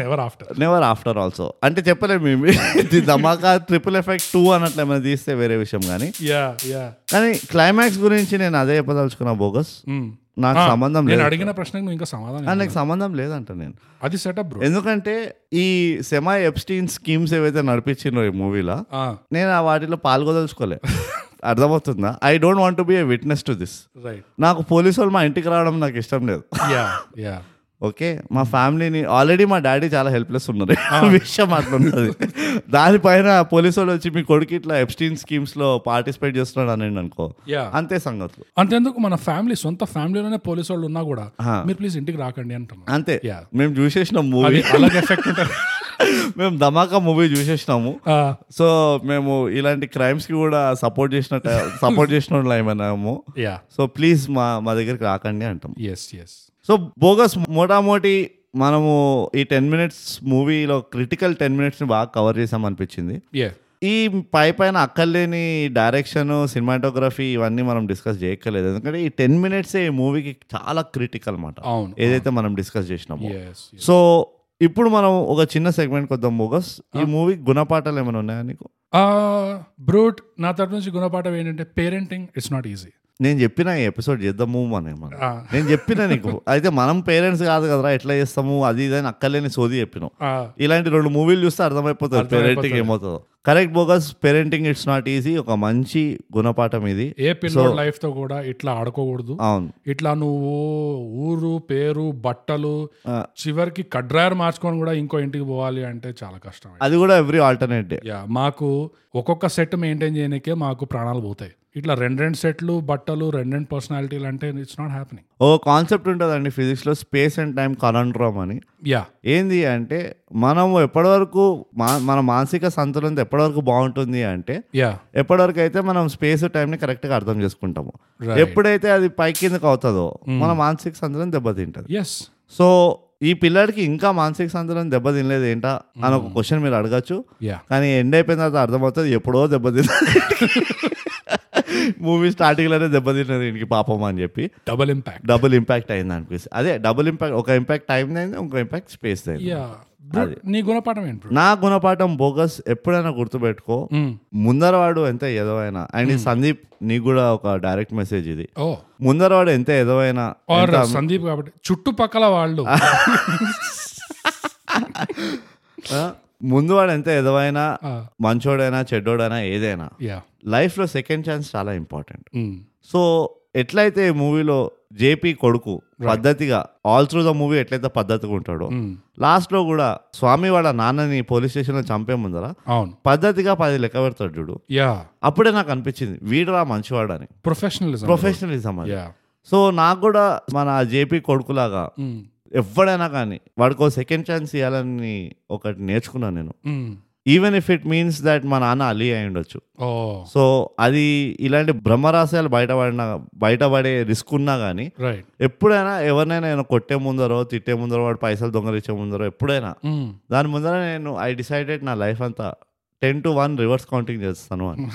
Speaker 2: never after
Speaker 1: never after also అంటే చెప్పలేము మేము ఇది ధమాకా ట్రిపుల్ ఎఫెక్ట్ టూ అన్నట్లు ఏమైనా తీస్తే వేరే విషయం కానీ
Speaker 2: యా యా
Speaker 1: కానీ క్లైమాక్స్ గురించి నేను అదే చెప్పదలుచుకున్నా బోగస్ నాకు సంబంధం
Speaker 2: నేను
Speaker 1: లేదు
Speaker 2: అడిగిన ప్రశ్నకు నువ్వు ఇంకా సమాధానం
Speaker 1: ఆ,
Speaker 2: ఇవ్వలేదు.
Speaker 1: నాకు సంబంధం లేదంట నేను
Speaker 2: అది సెటప్ బ్రో
Speaker 1: ఎందుకంటే ఈ సెమా ఎప్స్టీన్ స్కీమ్స్ ఏవైతే నడిపించిందో ఈ మూవీలో నేను ఆ వాటిలో పాల్గొదలుచుకోలే అర్థమవుతుందా I don't want be a witness to this
Speaker 2: right
Speaker 1: నాకు పోలీసు వాళ్ళు మా ఇంటికి రావడం నాకు ఇష్టం లేదు
Speaker 2: యా యా
Speaker 1: ఓకే మా ఫ్యామిలీని ఆల్రెడీ మా డాడీ చాలా హెల్ప్లెస్ ఉన్నారు ఆ విషయం అట్లున్నది దానిపైన పోలీసు వాళ్ళు వచ్చి మీ కొడుకు ఇట్లా ఎప్స్టీన్ స్కీమ్స్ లో పార్టిసిపేట్ చేస్తున్నాడు అని అనుకో
Speaker 2: యా
Speaker 1: అంతే సంగతులు
Speaker 2: అంతేందుకు మన ఫ్యామిలీ సొంత ఫ్యామిలీలోనే పోలీసు వాళ్ళు ఉన్నా కూడా మీరు ప్లీజ్ ఇంటికి రాకండి అంటున్నాను
Speaker 1: అంతే
Speaker 2: Yeah.
Speaker 1: మేము చూసేసిన మూవీ
Speaker 2: అలాగే ఎఫెక్ట్ ఉంటుంది
Speaker 1: మేము ధమాకా మూవీ చూసేసినాము
Speaker 2: ఆ,
Speaker 1: సో మేము ఇలాంటి క్రైమ్స్ కి కూడా సపోర్ట్ చేసినట్టు సపోర్ట్ చేసిన వాళ్ళు ఏమన్నాము
Speaker 2: యా
Speaker 1: సో ప్లీజ్ మా మా దగ్గరికి రాకండి అంటాం
Speaker 2: ఎస్ ఎస్
Speaker 1: సో బోగస్ మోటామోటి మనము ఈ టెన్ మినిట్స్ మూవీలో క్రిటికల్ టెన్ మినిట్స్ని బాగా కవర్ చేసాం అనిపించింది
Speaker 2: యా
Speaker 1: ఈ పై పైన అక్కర్లేని డైరెక్షన్ సినిమాటోగ్రఫీ ఇవన్నీ మనం డిస్కస్ చేయక్కర్లేదు ఎందుకంటే ఈ టెన్ మినిట్స్ ఈ మూవీకి చాలా క్రిటికల్ అన్నమాట
Speaker 2: అవును
Speaker 1: ఏదైతే మనం డిస్కస్ చేసినామో
Speaker 2: ఎస్
Speaker 1: సో ఇప్పుడు మనం ఒక చిన్న సెగ్మెంట్ వద్దాం బోగస్ ఈ మూవీ గుణపాఠాలు ఏమైనా ఉన్నాయా నీకు
Speaker 2: బ్రూట్ Uh, నా తరపు నుంచి గుణపాఠం ఏంటంటే పేరెంటింగ్ ఇట్స్ నాట్ ఈజీ
Speaker 1: నేను చెప్పిన ఈ ఎపిసోడ్ చేద్దాము మనం మనం నేను చెప్పిన నీకు అయితే మనం పేరెంట్స్ కాదు కదరా ఎట్లా చేస్తాము అది ఇది అని అక్కర్లేని సోది చెప్పినాం ఇలాంటి రెండు మూవీలు చూస్తే అర్థమైపోతుంది పేరెంటింగ్ ఏమవుతుందో correct bogus parenting it's not easy ఒక మంచి గుణపాఠం ఇది
Speaker 2: ఏ పిల్లోడ్ లైఫ్ తో కూడా ఇట్లా ఆడుకోకూడదు
Speaker 1: అవును
Speaker 2: ఇట్లా నువ్వు ఊరు పేరు బట్టలు
Speaker 1: ఆ.
Speaker 2: చివరికి కడ్రాయర్ మార్చుకొని కూడా ఇంకో ఇంటికి పోవాలి అంటే చాలా కష్టం
Speaker 1: అది కూడా ఎవ్రీ ఆల్టర్నేట్ డే
Speaker 2: యా మాకు ఒక్కొక్క సెట్ మెయింటైన్ చేయడానికే మాకు ప్రాణాలు పోతాయి ఇట్లా రెండు రెండు సెట్లు బట్టలు రెండు రెండు పర్సనాలిటీలు అంటే ఇట్స్ నాట్ హ్యాపెనింగ్
Speaker 1: ఓ కాన్సెప్ట్ ఉంటుందండి physics లో స్పేస్ అండ్ టైం కలండ్రోమ్ అని
Speaker 2: యా
Speaker 1: ఏంది అంటే మనము ఎప్పటివరకు మా మన మానసిక సంతులనత ఎప్పటివరకు బాగుంటుంది అంటే
Speaker 2: యా
Speaker 1: ఎప్పటివరకు అయితే మనం స్పేస్ టైంని కరెక్ట్గా అర్థం చేసుకుంటాము
Speaker 2: Right.
Speaker 1: ఎప్పుడైతే అది పై కిందకు అవుతుందో మన మానసిక సంతులనం దెబ్బతింటది
Speaker 2: ఎస్
Speaker 1: సో ఈ పిల్లాడికి ఇంకా మానసిక సంతులనం దెబ్బతినలేదు ఏంటా అని ఒక క్వశ్చన్ మీరు అడగచ్చు
Speaker 2: యా
Speaker 1: కానీ ఎండ్ అయిపోయిన తర్వాత అర్థమవుతుంది ఎప్పుడో దెబ్బతిన మూవీ స్టార్టింగ్లోనే దెబ్బతిన్నది ఇంటికి పాపం అని చెప్పి
Speaker 2: డబుల్ ఇంపాక్ట్
Speaker 1: డబుల్ ఇంపాక్ట్ అయింది అనిపిస్తుంది అదే డబుల్ ఇంపాక్ట్ ఒక ఇంపాక్ట్ టైం అయింది ఇంకో ఇంపాక్ట్ స్పేస్ అయింది
Speaker 2: యా నీ గుణపాఠం ఏంటి bro?
Speaker 1: నా గుణపాఠం బోగస్ ఎప్పుడైనా గుర్తుపెట్టుకో
Speaker 2: Mm.
Speaker 1: ముందరవాడు ఎంత ఎదవైనా అండ్ సందీప్ నీకు కూడా ఒక డైరెక్ట్ మెసేజ్ ఇది
Speaker 2: ఓ
Speaker 1: ముందరవాడు ఎంత ఎదవైనా
Speaker 2: ఆర్ సందీప్ కాబట్టి చుట్టుపక్కల వాళ్ళు
Speaker 1: ఆ, ముందువాడు ఎంత ఎదవైనా
Speaker 2: ఆ,
Speaker 1: మంచోడైనా చెడ్డోడైనా ఏదైనా
Speaker 2: యా
Speaker 1: లైఫ్లో సెకండ్ ఛాన్స్ చాలా ఇంపార్టెంట్
Speaker 2: ఉమ్,
Speaker 1: సో ఎట్లయితే ఈ మూవీలో జేపీ కొడుకు పద్ధతిగా ఆల్ త్రూ ద మూవీ ఎట్లయితే పద్ధతిగా ఉంటాడో
Speaker 2: ఉమ్,
Speaker 1: లాస్ట్లో కూడా స్వామి వాళ్ళ నాన్నని పోలీస్ స్టేషన్లో చంపే ముందర
Speaker 2: అవును
Speaker 1: పద్ధతిగా పది లెక్క పెడతాడు చూడు
Speaker 2: యా
Speaker 1: అప్పుడే నాకు అనిపించింది వీడురా మంచివాడని
Speaker 2: Hmm. ప్రొఫెషనలిజం
Speaker 1: ప్రొఫెషనలిజం అది
Speaker 2: యా
Speaker 1: సో నాకు కూడా మన జేపీ కొడుకులాగా
Speaker 2: ఉమ్,
Speaker 1: ఎవడైనా కానీ వాడికో సెకండ్ ఛాన్స్ ఇవ్వాలని ఒకటి నేర్చుకున్నాను నేను
Speaker 2: um,
Speaker 1: even if it means that మా నాన్న అలీ అయి ఉండొచ్చు
Speaker 2: ఓ
Speaker 1: సో అది ఇలాంటి బ్రహ్మరాశయాలు బయటపడిన బయటపడే రిస్క్ ఉన్నా కానీ
Speaker 2: రైట్
Speaker 1: ఎప్పుడైనా ఎవరినైనా నేను కొట్టే ముందరో తిట్టే ముందరో వాడు పైసలు దొంగలిచ్చే ముందరో ఎప్పుడైనా
Speaker 2: ఉమ్,
Speaker 1: దాని ముందర నేను ఐ డిసైడెడ్ నా లైఫ్ అంతా ten to one reverse counting చేస్తాను అని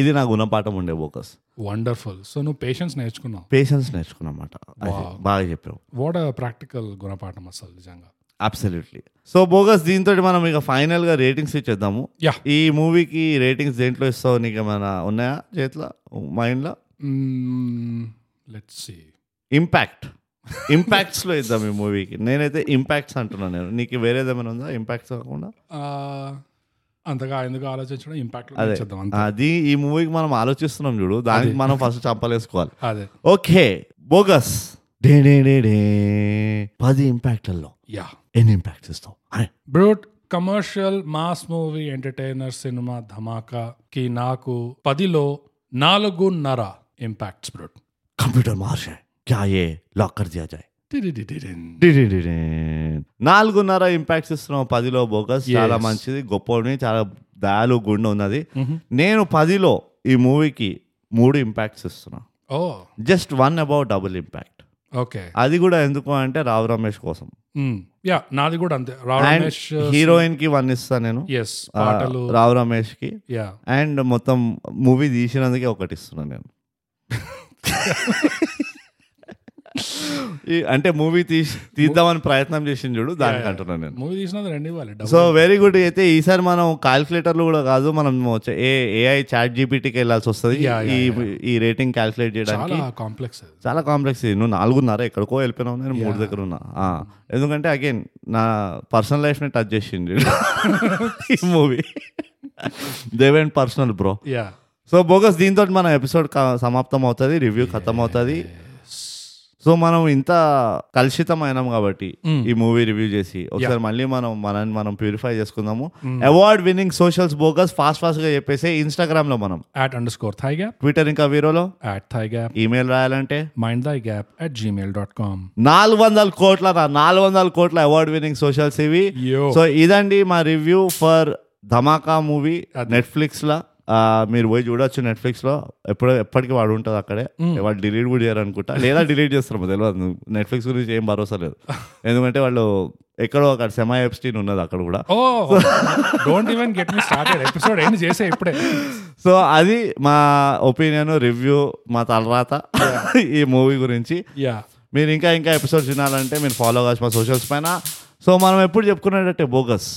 Speaker 1: ఇది నా గుణపాఠం ఉండే ఫోకస్
Speaker 2: వండర్ఫుల్ సో నువ్వు పేషెన్స్ నేర్చుకున్నావు
Speaker 1: పేషెన్స్ నేర్చుకున్నమాట అది బాగా చెప్పావు
Speaker 2: వాట్ ప్రాక్టికల్ గుణపాఠం అసలు నిజంగా
Speaker 1: అబ్సల్యూట్లీ సో బోగస్ దీంతో మనం ఇక final గా రేటింగ్స్ ఇచ్చేద్దాము
Speaker 2: యా
Speaker 1: ఈ మూవీకి రేటింగ్స్ దేంట్లో ఇస్తావు నీకు ఏమైనా ఉన్నాయా చేతిలో మైండ్లో
Speaker 2: లెట్స్ సి
Speaker 1: ఇంపాక్ట్ ఇంపాక్ట్స్లో ఇద్దాం ఈ మూవీకి నేనైతే ఇంపాక్ట్స్ అంటున్నాను నేను నీకు వేరేది ఏమైనా ఉందా ఇంపాక్ట్స్ కాకుండా
Speaker 2: అంతగా ఎందుకు ఆలోచించడం ఇంపాక్ట్ చేద్దాం అంతే
Speaker 1: అది ఈ మూవీకి మనం ఆలోచిస్తున్నాం చూడు దానికి మనం ఫస్ట్ చంపలేసుకోవాలి
Speaker 2: అదే
Speaker 1: okay bogus day day day day పది ఇంపాక్ట్లలో
Speaker 2: యా
Speaker 1: ఎన్ని ఇంపాక్ట్స్ ఇస్తావు అరే,
Speaker 2: brute commercial mass movie entertainer సినిమా ధమాకా కి నాకు పదిలో నాలుగున్నర ఇంపాక్ట్స్ బ్రూట్
Speaker 1: కంప్యూటర్ మార్చే క్యా ఏ లాక్ కర్ దియా జాయ్ డిడిడిడి. నాలుగున్నర ఇంపాక్ట్స్ ఇస్తున్నాం పదిలో బోకస్ చాలా మంచిది గొప్పని చాలా దయాలు గుండె ఉన్నది నేను పదిలో ఈ మూవీకి మూడు ఇంపాక్ట్స్ ఇస్తున్నా
Speaker 2: ఓ
Speaker 1: just one about double impact
Speaker 2: okay
Speaker 1: అది కూడా ఎందుకు అంటే రావు రమేష్ కోసం
Speaker 2: యా నాది కూడా అంతే రావ్
Speaker 1: అండ్
Speaker 2: రమేష్
Speaker 1: హీరోయిన్ కి వన్ ఇస్తా నేను
Speaker 2: ఎస్ పాటలు
Speaker 1: ఆ, రావు రమేష్ కి
Speaker 2: యా
Speaker 1: అండ్ మొత్తం మూవీ తీసినందుకే ఒకటి ఇస్తున్నాను నేను ఈ- అంటే మూవీ తీసి తీద్దామని ప్రయత్నం చేసింది చూడు దానికి అంటున్నాను నేను
Speaker 2: మూవీ తీసినది రెండు ఇవ్వాలి
Speaker 1: సో వెరీ గుడ్ అయితే ఈసారి మనం క్యాల్కులేటర్లు కూడా కాదు మనం వచ్చే ఏ ఏఐ చాట్ జీపీటీకి వెళ్ళాల్సి వస్తుంది
Speaker 2: Yeah, yeah,
Speaker 1: ఈ ఈ రేటింగ్ క్యాల్కులేట్ చేయడానికి
Speaker 2: చాలా కాంప్లెక్స్ అది
Speaker 1: చాలా కాంప్లెక్స్ ఇది. నువ్వు నాలుగున్నర ఎక్కడికో వెళ్ళిపోయినావు నేను మూడు దగ్గర ఉన్నా ఆ. ఎందుకంటే అగైన్ నా పర్సనల్ లైఫ్ని టచ్ చేసింది ఈ movie Dev and personal bro
Speaker 2: yeah
Speaker 1: so bogus దీంతో మన ఎపిసోడ్ క- సమాప్తం అవుతుంది రివ్యూ ఖతం అవుతుంది సో మనం ఇంత కలుషితమైనాం కాబట్టి ఈ మూవీ రివ్యూ చేసి ఒకసారి మళ్ళీ మనం మనల్ని మనం ప్యూరిఫై చేసుకుందాము award winning socials bogus fast ఫాస్ట్గా చెప్పేసి ఇన్స్టాగ్రామ్లో మనం
Speaker 2: at under score thigh gap
Speaker 1: Twitter ఇంకా వీరోలో
Speaker 2: అట్ థై గ్యాప్
Speaker 1: ఈమెయిల్ రాయాలంటే
Speaker 2: mind thigh gap at Gmail dot com
Speaker 1: నాలుగు వందల కోట్ల రా నాలుగు వందల కోట్ల అవార్డ్ విన్నింగ్ సోషల్స్ ఇవి
Speaker 2: యో
Speaker 1: సో ఇదండి మా review for Dhamaka movie Netflix లా ఆ, మీరు పోయి చూడొచ్చు నెట్ఫ్లిక్స్ లో ఎప్పుడు ఎప్పటికీ వాడు ఉంటుంది అక్కడే వాళ్ళు డిలీట్ కూడా చేయరు అనుకుంటా లేదా డిలీట్ చేస్తారు తెలియదు నెట్ఫ్లిక్స్ గురించి ఏం భరోసా లేదు ఎందుకంటే వాళ్ళు ఎక్కడో అక్కడ సెమా ఎప్స్టీన్ ఉన్నది అక్కడ కూడా
Speaker 2: ఓ don't even get me started episode ఏం చేసే ఇప్పుడే
Speaker 1: సో అది మా ఒపీనియన్ రివ్యూ మా తర్వాత ఈ మూవీ గురించి
Speaker 2: యా
Speaker 1: మీరు ఇంకా ఇంకా ఎపిసోడ్స్ వినాలంటే మీరు ఫాలో కావచ్చు మా సోషల్స్ పైన సో మనం ఎప్పుడు చెప్పుకున్నట్టే బోగస్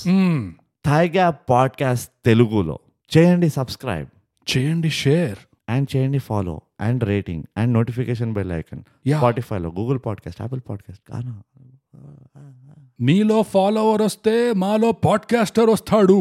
Speaker 1: థాయిగా పాడ్కాస్ట్ తెలుగులో చేయండి సబ్స్క్రైబ్
Speaker 2: చేయండి షేర్
Speaker 1: అండ్ చేయండి follow and rating and notification bell icon
Speaker 2: Yeah.
Speaker 1: స్పాటిఫైలో గూగుల్ పాడ్కాస్ట్ యాపిల్ పాడ్కాస్ట్ కానా
Speaker 2: మీలో ఫాలోవర్ వస్తే మాలో పాడ్కాస్టర్ వస్తాడు